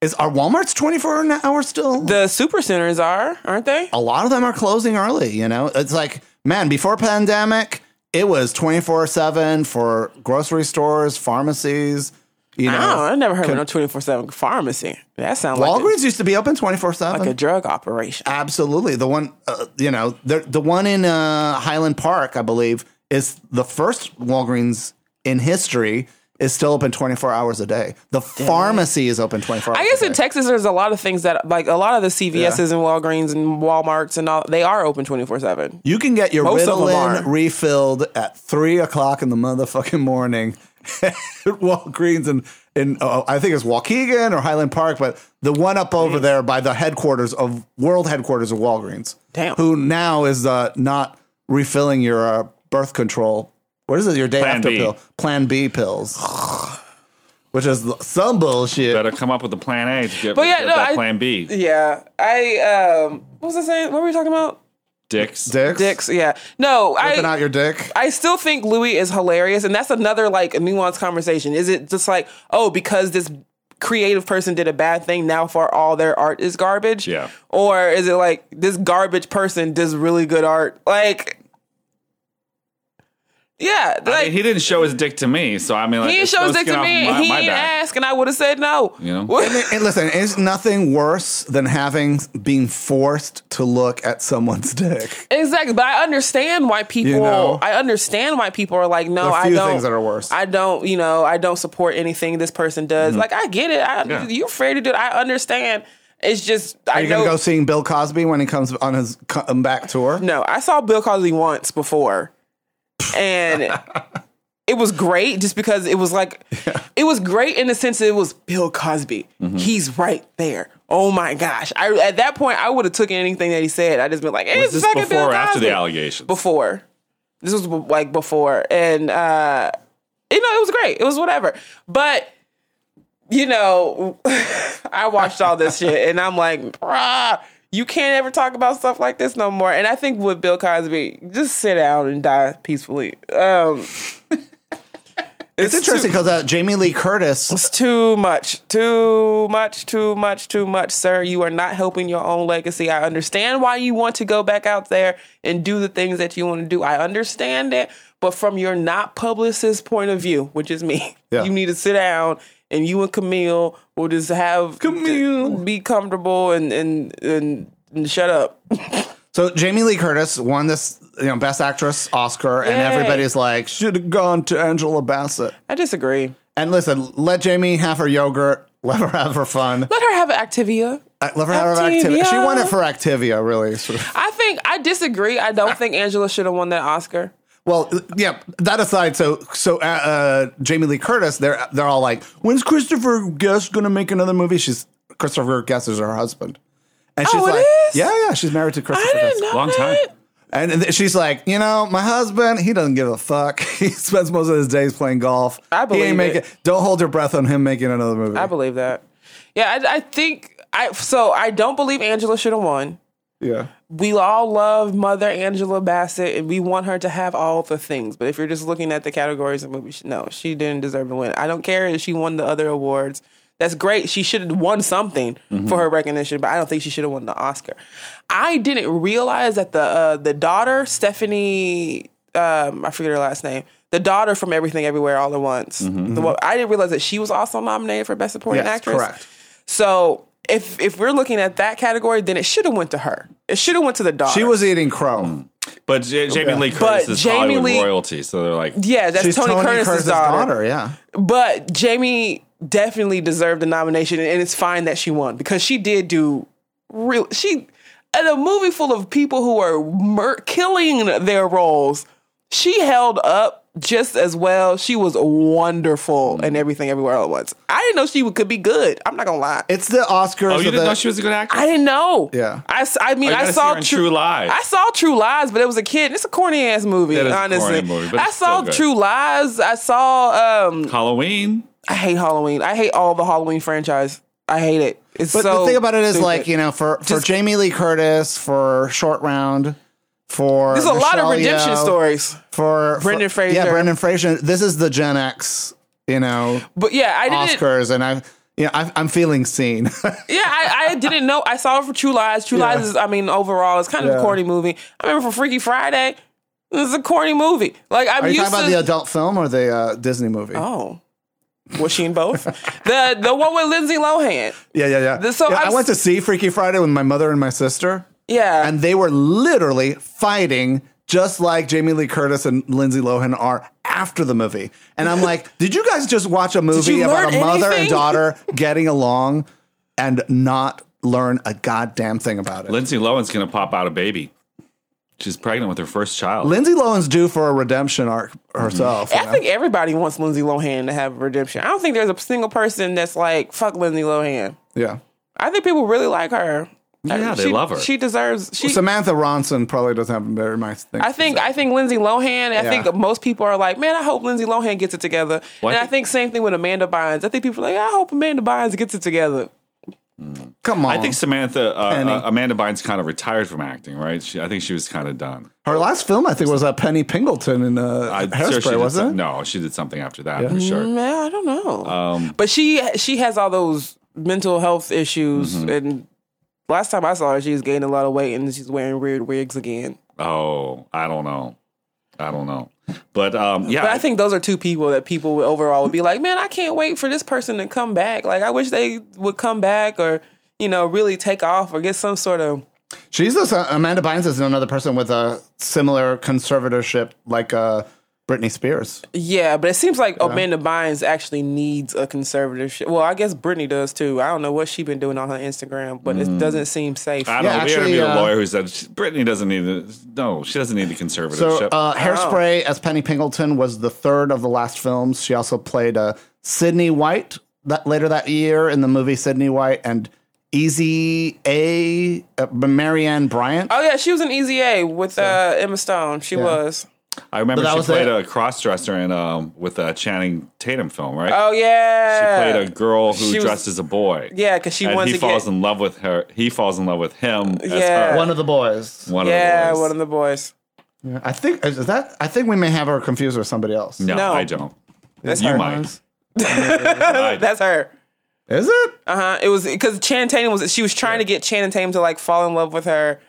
is are WalMarts 24 an hour still?
The supercenters are, aren't they?
a lot of them are closing early. You know, it's like, man, before pandemic, it was 24 seven for grocery stores, pharmacies, you
I don't know.
know,
I never heard of no 24 7 pharmacy. That sounds like, a-
Walgreens used to be open 24 seven.
like a drug operation.
Absolutely. The one, uh, you know, the, the one in uh, Highland Park, I believe is the first Walgreens in history is still open 24 hours a day. The pharmacy is open 24 hours
I guess
a
in
day.
Texas, there's a lot of things that, like a lot of the CVS's and Walgreens and Walmarts and all, they are open 24 7.
You can get your
Most of them
Ritalin
are.
refilled at three o'clock in the motherfucking morning at Walgreens and in oh, I think it's Waukegan or Highland Park, but the one up over there by the headquarters of world headquarters of Walgreens.
Damn.
Who now is uh, not refilling your uh, birth control? What is it? Your day
Plan
after
B.
pill, Plan B pills, which is some bullshit.
Better come up with a plan A to get,
But yeah,
get
no,
that
I-
plan B.
Yeah. I, um, what was I saying? What were we talking about?
Dicks.
Dicks,
Dicks. Yeah. No,
ripping
I,
out your dick.
I still think Louis is hilarious, and that's another like nuanced conversation. Is it just like, oh, because this creative person did a bad thing, now for all their art is garbage?
Yeah.
Or is it like this garbage person does really good art? Like Yeah, like
he didn't show his dick to me, so I mean, like,
he,
it's no
shows dick
skin
to
off
me.
My,
he
my
didn't
back,
ask, and I would have said no.
you know.
And listen, it's nothing worse than having being forced to look at someone's dick.
Exactly, but I understand why people.
know?
I understand why people are like, no,
There are
I
few
don't.
things that are worse. Mm-hmm.
I don't, you know, I don't support anything this person does. Like, I get it. I,
Yeah.
You're afraid to do it. I understand. It's just, I
Are you
know.
going to go seeing Bill Cosby when he comes on his comeback tour?
no, I saw Bill Cosby once before, and it was great just because it was like, it was great in the sense that it was Bill Cosby.
Mm-hmm.
He's right there. Oh my gosh! I at that point I would have took anything that he said. I just been like, hey,
Was
it's
this
fucking
before
Bill
or after the
Cosby.
allegations?
before. This was like before, and uh, you know it was great. It was whatever, but you know, I watched all this shit, and I'm like, bruh, you can't ever talk about stuff like this no more. And I think with Bill Cosby, just sit down and die peacefully. Um,
It's interesting because uh, Jamie Lee Curtis.
it's too much, too much, too much, too much, sir. You are not helping your own legacy. I understand why you want to go back out there and do the things that you want to do. I understand it, but from your not publicist point of view, which is me,
Yeah.
you need to sit down and you and Camille will just have Camille be comfortable and and and, and shut up.
So Jamie Lee Curtis won this, you know, Best Actress Oscar, and
Yay.
everybody's like, should have gone to Angela Bassett.
I disagree.
And listen, let Jamie have her yogurt. Let her have her fun.
Let her have an Activia.
Uh, Let her have her activity. She
Activia.
won it for Activia, really. sort of.
I think I disagree. I don't think Angela should have won that Oscar.
Well, yeah. That aside, so so uh, uh, Jamie Lee Curtis, they're they're all like, when's Christopher Guest gonna make another movie? She's Christopher Guest is her husband, and she's
Oh, it
like,
is?
yeah, yeah, she's married to
I
Christopher
didn't
Guest,
know
Long time.
that.
and th- she's like, you know, my husband, he doesn't give a fuck. he spends most of his days playing golf.
I
he
believe
ain't making,
it.
Don't hold your breath on him making another movie.
I believe that. Yeah, I, I think I. So I don't believe Angela should have won.
yeah.
We all love Mother Angela Bassett, and we want her to have all the things. But if you're just looking at the categories of movies, no, she didn't deserve to win. I don't care if she won the other awards. That's great. She should have won something
Mm-hmm.
for her recognition, but I don't think she should have won the Oscar. I didn't realize that the uh, the daughter Stephanie, um, I forget her last name, the daughter from Everything Everywhere All at Once. The one, I didn't realize that she was also nominated for Best Supporting
Mm-hmm. Yes,
Actress.
correct.
So if if we're looking at that category, then it should have went to her. It should have went to the daughter.
She was eating crow.
But J- Jamie Lee
But
Curtis is
Jamie
Hollywood
Lee-
royalty, so they're like,
yeah, that's
She's
Tony, Curtis's, daughter.
Yeah.
But Jamie definitely deserved the nomination, and it's fine that she won because she did do real. She in a movie full of people who are mur- killing their roles. She held up just as well. She was wonderful and everything everywhere all at once. I didn't know she would- could be good. I'm not gonna lie.
It's the Oscars.
oh,
of
you didn't
the-
know she was a good actress.
I didn't know.
Yeah.
I, s- I mean,
Oh, you
I
gotta
saw
see her in True Lies.
I saw True Lies, but it was a kid. It's a corny ass movie,
That is a corny
honestly.
movie, but
I
it's still
saw
good.
True Lies. I saw. um
Halloween.
I hate Halloween. I hate all the Halloween franchise. I hate it. It's
But
so
the thing about it is,
stupid.
like you know, for for
Just-
Jamie Lee Curtis, for Short Round, for
there's a lot of
Michelle
redemption
Yeoh,
stories.
for for-
Brendan Fraser.
Yeah, Brendan Fraser. This is the Gen X, you know,
But yeah, I didn't.
Oscars, and I, yeah, I, I'm feeling seen.
Yeah, I, I didn't know. I saw it for True Lies. True Lies is, I mean, overall, it's kind of
Yeah.
a corny movie. I remember for Freaky Friday, it's a corny movie. Like I'm
Are you
used
talking about
to
the adult film or the uh, Disney movie?
oh, was she in both? the the one with Lindsay Lohan.
Yeah, yeah, yeah.
The- so
Yeah, I
I'm
went to see Freaky Friday with my mother and my sister,
Yeah,
and they were literally fighting. Just like Jamie Lee Curtis and Lindsay Lohan are after the movie. And I'm like, did you guys just watch a movie
you
about
learn
a mother and
anything?"
daughter getting along and not learn a goddamn thing about it?
Lindsay Lohan's gonna pop out a baby. She's pregnant with her first child.
Lindsay Lohan's due for a redemption arc herself. you
I
know?
think everybody wants Lindsay Lohan to have redemption. I don't think there's a single person that's like fuck Lindsay Lohan.
yeah.
I think people really like her. Uh,
Yeah, they
She-
love her.
She deserves. She.
Samantha Ronson probably doesn't have a very nice thing.
I think. I think Lindsay Lohan. I
Yeah.
think most people are like, man, I hope Lindsay Lohan gets it together.
Well, I
and I
think-
think same thing with Amanda Bynes. I think people are like, I hope Amanda Bynes gets it together.
Come on.
I think Samantha uh,
Penny.
uh, Amanda Bynes kind of retired from acting, right? She, I think she was kind of done.
Her last film, I think, was uh, Penny Pingleton in uh,
I,
Hairspray,
she did
wasn't
some-
it?
No, she did something after that for sure.
Man, I don't know.
Um,
but she she has all those mental health issues,
Mm-hmm.
and last time I saw her, she was gaining a lot of weight, and she's wearing weird wigs again.
Oh, I don't know. I don't know. But um, yeah,
But I think those are two people that people would overall would be like, man, I can't wait for this person to come back. Like, I wish they would come back or, you know, really take off or get some sort of.
She's this, uh, Amanda Bynes is another person with a similar conservatorship like uh, Britney Spears.
Yeah, but it seems like Amanda Bynes actually needs a conservatorship. Well, I guess Britney does too. I don't know what she's been doing on her Instagram, but it doesn't seem safe.
Mm. I don't
Yeah,
know. We
actually,
interviewed a
uh,
lawyer who said she- Britney doesn't need a, no, she doesn't need a conservatorship.
So uh, Hairspray as Penny Pingleton was the third of the last films. She also played uh, Sydney White that later that year in the movie Sydney White and Easy A uh, Marianne Bryant.
oh, yeah, she was in Easy A with uh, Emma Stone. She was.
I remember
But that
she
was
played
it.
a crossdresser in um with a Channing Tatum film, right?
Oh,
she
yeah.
played a girl who
She was-
dressed as a boy.
Yeah, because she
and
wants
he
to
falls
get.
in love with her. He falls in love with him. As
Yeah.
her.
One of the boys.
One
yeah,
of the boys.
one of the boys.
I think is that. I think we may have her confused with somebody else.
no,
No.
I don't.
That's
you
her.
might. I-
That's her.
Is it?
Uh huh. It was because Channing Tatum was she was trying to get Channing Tatum to like fall in love with her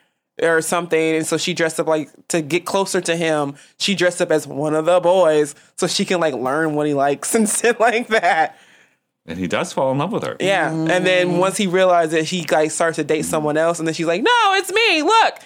or something, and so she dressed up like to get closer to him. She dressed up as one of the boys so she can like learn what he likes and shit like that.
and he does fall in love with her.
Yeah. And then once he realized that he like starts to date someone else, and then she's like, "No, it's me. Look,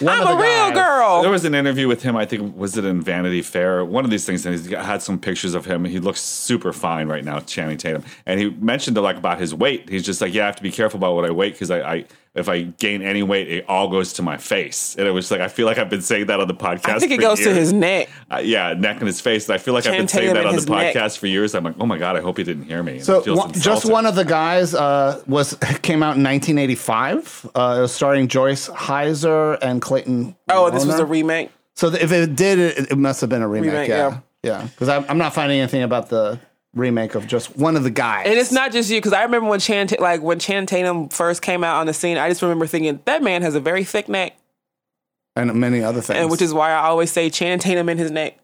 One
I'm
of
a
the
real
guys.
There
girl."
was an interview with him. I think was it in Vanity Fair, one of these things, and he's got- had some pictures of him. He looks super fine right now, Channing Tatum. And he mentioned like about his weight. He's just like, yeah, I have to be careful about what I weight because I, I, if I gain any weight, it all goes to my face. And it was like, I feel like I've been saying that on the podcast.
I think it
for
goes to
years.
his neck.
uh, yeah, neck and his face. And I feel like I've
Channing
been saying
Tatum
that
and
on the
his neck.
podcast for years. I'm like, oh my god, I hope he didn't hear me. And it
So
feels
one, just
insulting.
one of the guys uh, was came out in 1985. Uh, it was starring Joyce Heiser and Clayton.
Oh, this was
Rohner.
a remake.
So th- if it did, it, it must have been a remake.
Remake,
yeah, yeah. Because I'm, I'm not finding anything about the remake of just one of the guys.
And it's not just you, because I remember when Chan, like when Chan Tatum first came out on the scene, I just remember thinking that man has a very thick neck,
and many other things.
and which is why I always say Chan Tatum in his neck.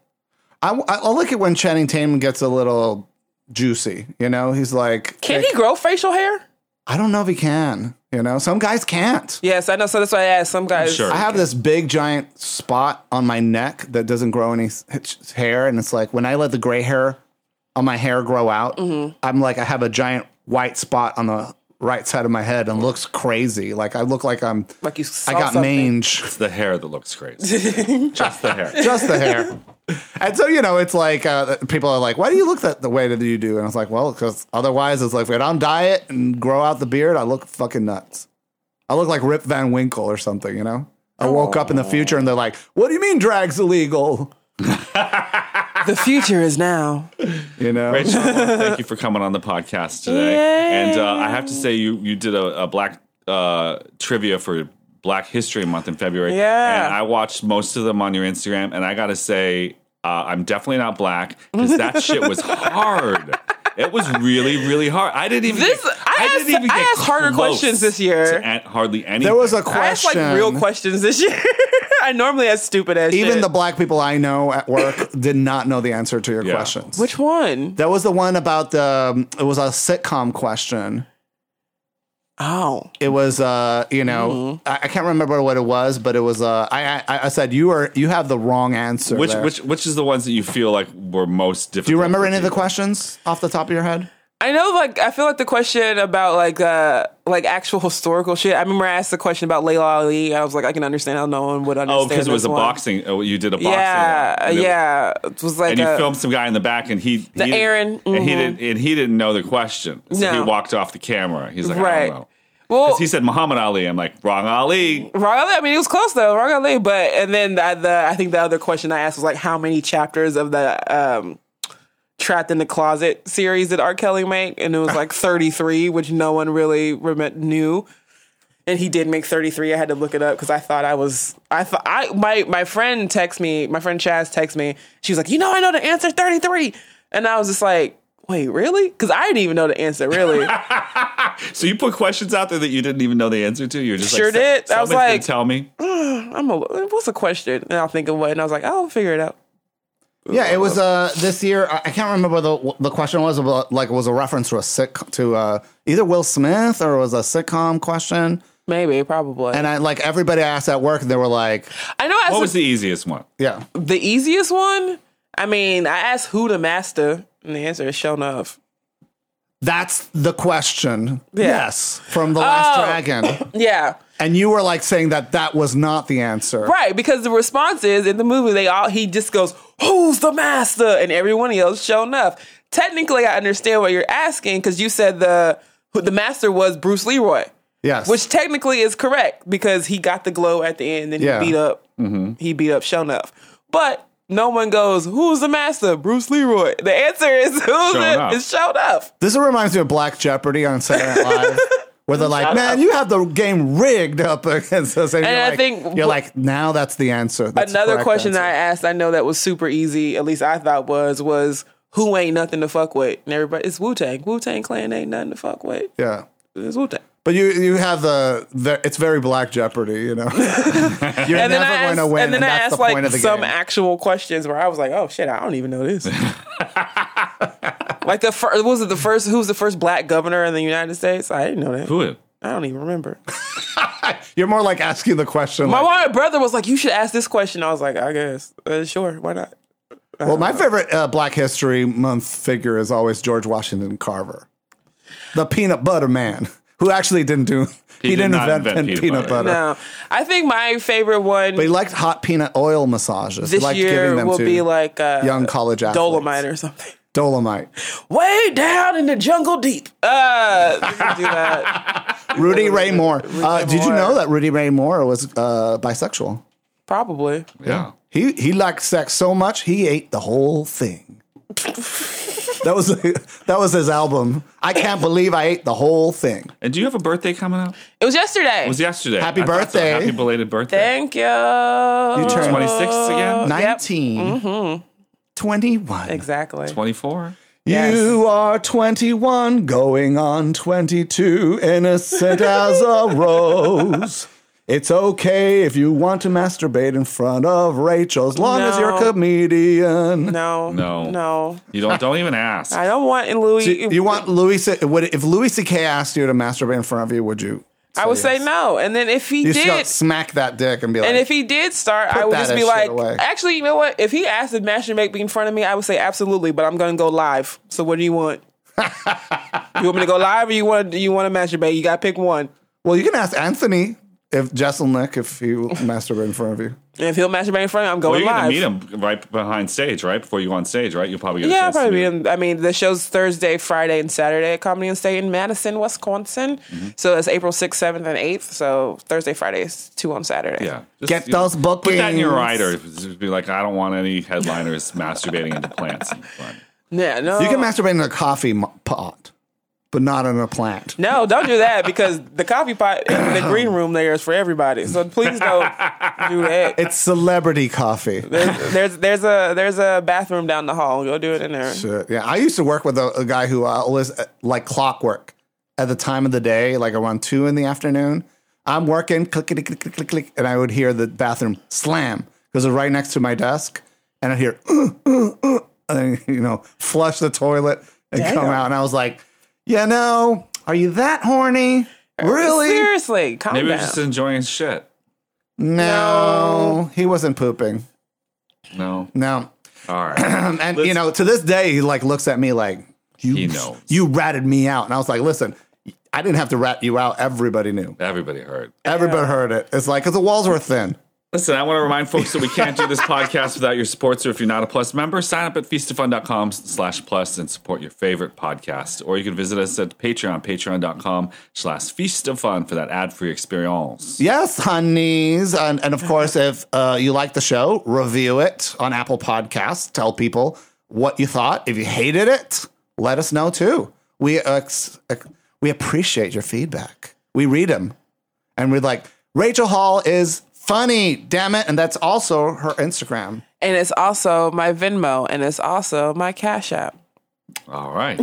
I, will look at when Channing Tatum gets a little juicy. You know, he's like,
Can he grow facial hair?
I don't know if he can. You know, some guys can't.
Yes, I know. So that's why I asked some guys.
sure.
I have this big giant spot on my neck that doesn't grow any s- h- hair, and it's like when I let the gray hair on my hair grow out,
Mm-hmm.
I'm like I have a giant white spot on the right side of my head, and it looks crazy. Like I look like I'm
Like you, saw
I got
something.
mange,
It's the hair that looks great. just the hair.
just the hair. And so you know, it's like uh, people are like, "Why do you look that the way that you do?" And I was like, "Well, because otherwise, it's like if I don't dye it and grow out the beard, I look fucking nuts. I look like Rip Van Winkle or something." You know, I woke up in the future and they're like, "What do you mean drag's illegal?"
The future is now.
You know,
Rachel, I wanna thank you for coming on the podcast today.
Yay.
And uh, I have to say, you you did a, a black uh, trivia for Black History Month in February.
Yeah.
and I watched most of them on your Instagram, and I got to say, uh, I'm definitely not black because that shit was hard. It was really, really hard. I didn't even.
This-
get,
I asked- I asked harder
close
questions this year.
To an- hardly any.
there was a
I asked
question.
like real questions this year. I normally ask stupid ass.
Even
shit.
the black people I know at work did not know the answer to your
Yeah.
questions.
which one?
that was the one about the. um, It was a sitcom question.
Oh,
it was uh you know
Mm-hmm.
I, I can't remember what it was but it was uh I I, I said you are you have the wrong answer
which
there."
which which is the ones that you feel like were most difficult.
do you remember
for
any of the
people?
questions off the top of your head
I know. Like I feel like the question about like uh like actual historical shit. I remember I asked the question about Layla Ali. I was like, I can understand how no one would understand.
Oh, because it was
this
a
one.
boxing. Oh, you did a boxing. one.
Yeah,
And it-
yeah. It was like
and you
a-
filmed some guy in the back, and he, the he
Aaron,
and he
mhm.
didn't, and he didn't know the question, so
No.
he walked off the camera. He's like, I
Right.
don't know. 'Cause
well.
He said Muhammad Ali. I'm like, wrong Ali.
Wrong LA. I mean, it was close though. Wrong LA. But and then the, the I think the other question I asked was like, how many chapters of the um, Trapped in the Closet series did R. Kelly make? And it was like 33, which no one really rem- knew. And he did make 33. I had to look it up because I thought I was. I thought I my my friend texted me. My friend Chaz texted me. She was like, you know, I know the answer 33, and I was just like. Wait, really? Because I didn't even know the answer, really.
So you put questions out there that you didn't even know the answer to. You're just
Sure
like, "So-
did. I was
somebody's gonna
like-
tell me.
I'm a, what's the question? And I'll think of what. And I was like, I'll figure it out.
yeah it was uh this year I, I can't remember the the question was but like it was a reference to a sick to uh either Will Smith or it was a sitcom question
Maybe, probably.
And I like everybody I asked at work, they were like,
I know I
What was
was
the easiest one?
yeah.
the easiest one. I mean, I asked who the master, and the answer is Shonuff.
That's the question.
Yeah. Oh.
Yes, from the last dragon.
Yeah.
And you were like saying that that was not the answer.
Right, because the response is in the movie they all he just goes, "Who's the master?" and everyone yells, "Show enough." Technically, I understand what you're asking because you said the who- the master was Bruce Leroy,
Yes.
which technically is correct because he got the glow at the end and
Yeah. Mm-hmm.
he beat up he beat up Show enough. But no one goes, "Who's the master?" Bruce Leroy. The answer is who's
Show
it?
Enough.
It's Show enough.
this reminds me of Black Jeopardy on Saturday Night Live. Where they're like, man, you have the game rigged up against us. And,
And
you're
I
like,
think-
you're like, now that's the answer. That's the
Another
correct
question
answer.
I asked, I know that was super easy, at least I thought was, was who ain't nothing to fuck with? And everybody, it's Wu Tang. Wu Tang Clan ain't nothing to fuck with.
yeah.
It's Wu Tang.
But you you have the, the it's very Black Jeopardy, you know. You're
And then,
never
I
going to
asked,
win, and,
and then I
that's the
asked
point
like
of the
some
game.
actual questions where I was like, oh shit, I don't even know this. like the first, was it the first, who was the first black governor in the United States? I didn't know that.
Who?
I don't even remember.
You're more like asking the question.
My
like,
wife- brother was like, you should ask this question. I was like, I guess. Uh, sure, why not?
well, my favorite uh, Black History Month figure is always George Washington Carver, the peanut butter man, who actually didn't do he,
did
didn't
not
invent,
invent
peanut,
peanut
butter.
butter.
No, Um, I think my favorite one.
But he liked hot peanut oil massages. he
this
liked giving
year
them
will
to
be like uh,
young college athletes.
Dolomite or something.
Dolomite.
Way down in the jungle deep. Uh, we can do that.
Rudy Ray Moore. Uh, did you
Moore.
know that Rudy Ray Moore was uh, bisexual?
Probably.
Yeah.
He he liked sex so much he ate the whole thing. that was that was his album. I can't believe I ate the whole thing.
And do you have a birthday coming up? It
It was yesterday.
was yesterday.
Happy
I thought so.
birthday.
Happy belated birthday.
Thank you. You
turned-
26 again?
19
Mm-hmm.
21.
Exactly.
24?
You are 21 going on 22 innocent as a rose. It's okay if you want to masturbate in front of Rachel as long as you're a
No.
comedian.
No.
No.
No.
You don't don't even ask.
I don't want in Louis.
Do you want Louis C- would if Louis C.K. asked you to masturbate in front of you, would you?
I would say
yes?
no. And then if he
You should go
did.
smack that dick and be like,
And if he did start, I would
that
just be
shit
like,
away.
actually, you know what? If he asked if Master Make be in front of me, I would say absolutely, but I'm gonna go live. So what do you want? you want me to go live or you want you want to masturbate? You gotta pick one.
"Well, you can ask Anthony if Jesselnick if he will masturbate in front of you."
And if he'll masturbate in front of me, I'm
well,
going
you're going to
live.
meet him right behind stage, right? Before you go on stage, right? You'll probably get a
Yeah, I'll
chance to
probably
meet
be in. I mean, the show's Thursday, Friday, and Saturday at Comedy and State in Madison, Wisconsin. So it's April 6th, 7th, and 8th. So Thursday, Friday is two on Saturday.
Yeah. Just,
Get
you know,
those
Put that in your
bookings.
rider. Just be like, I don't want any headliners masturbating into plants. in front.
Yeah, no.
You can masturbate in a coffee mo- pot, but not in a plant.
No, don't do that because the coffee pot in the green room there is for everybody. So please don't do that.
It's celebrity coffee.
There's, there's there's a there's a bathroom down the hall. Go do it in there.
Shit, Yeah, I used to work with a, a guy who uh, was uh, like clockwork at the time of the day, like around two in the afternoon. I'm working, click, click, click, click, click, click, and I would hear the bathroom slam because it was right next to my desk, and I'd hear, "Uh, uh, uh," and then, you know, flush the toilet and come out, and I was like, you know, are you that horny? Really?
Seriously, calm
Maybe we're
down.
just enjoying shit.
No, he wasn't pooping.
No.
No,
All right.
and you know, to this day, he like looks at me like you.
He knows.
You ratted me out, and I was like, "Listen, I didn't have to rat you out. Everybody knew.
Everybody heard.
Everybody heard it. It's like because the walls were thin.
Listen, I want to remind folks that we can't do this podcast without your support. So if you're not a Plus member, sign up at feastofun.com slash plus and support your favorite podcast. Or you can visit us at Patreon, patreon.com slash feast of fun for that ad-free experience.
Yes, honeys, and and of course, if uh, you like the show, review it on Apple Podcasts. Tell people what you thought. If you hated it, let us know too. We ex- ex- we appreciate your feedback. We read them, and we're like, Rachel Hall is funny. Damn it, and that's also her Instagram.
and it's also my Venmo, and it's also my Cash App.
All right.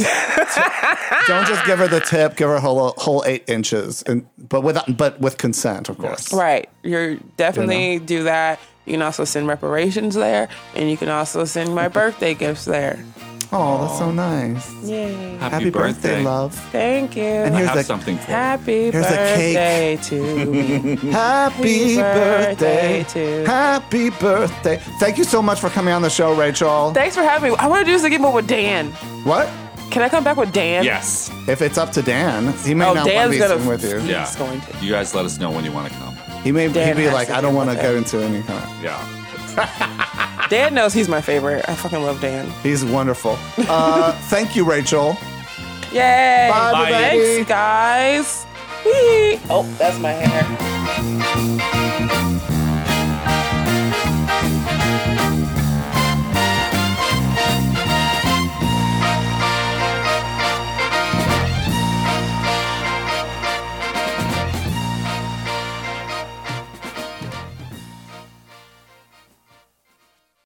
Don't just give her the tip. Give her whole whole eight inches, and but with but with consent, of course.
Right. You're definitely do that. You can also send reparations there, and you can also send my birthday gifts there.
Oh, that's so nice.
Yay.
Happy,
Happy birthday, love.
Thank you.
And here's
Have
the-
something for you.
Happy
Here's a cake.
birthday to me.
Happy
Mm-hmm. birthday
birthday.
to-
Happy birthday. Thank you so much for coming on the show, Rachel.
Thanks for having me. I want to do this again, but with Dan.
what?
Can I come back with Dan?
Yes.
If it's up to Dan, he may
Oh,
not
Dan's
want to be
gonna-
sitting with you.
Yeah.
He's going to.
You guys let us know when you want to come.
He may he'd
Dan
be
has
like,
to
I don't
deal
want to
with
go into any kind of.
Yeah.
Dan knows he's my favorite. I fucking love Dan.
He's wonderful. Uh, thank you, Rachel.
Yay!
Bye,
Bye.
everybody.
Thanks, guys. Whee! Oh, that's my hair.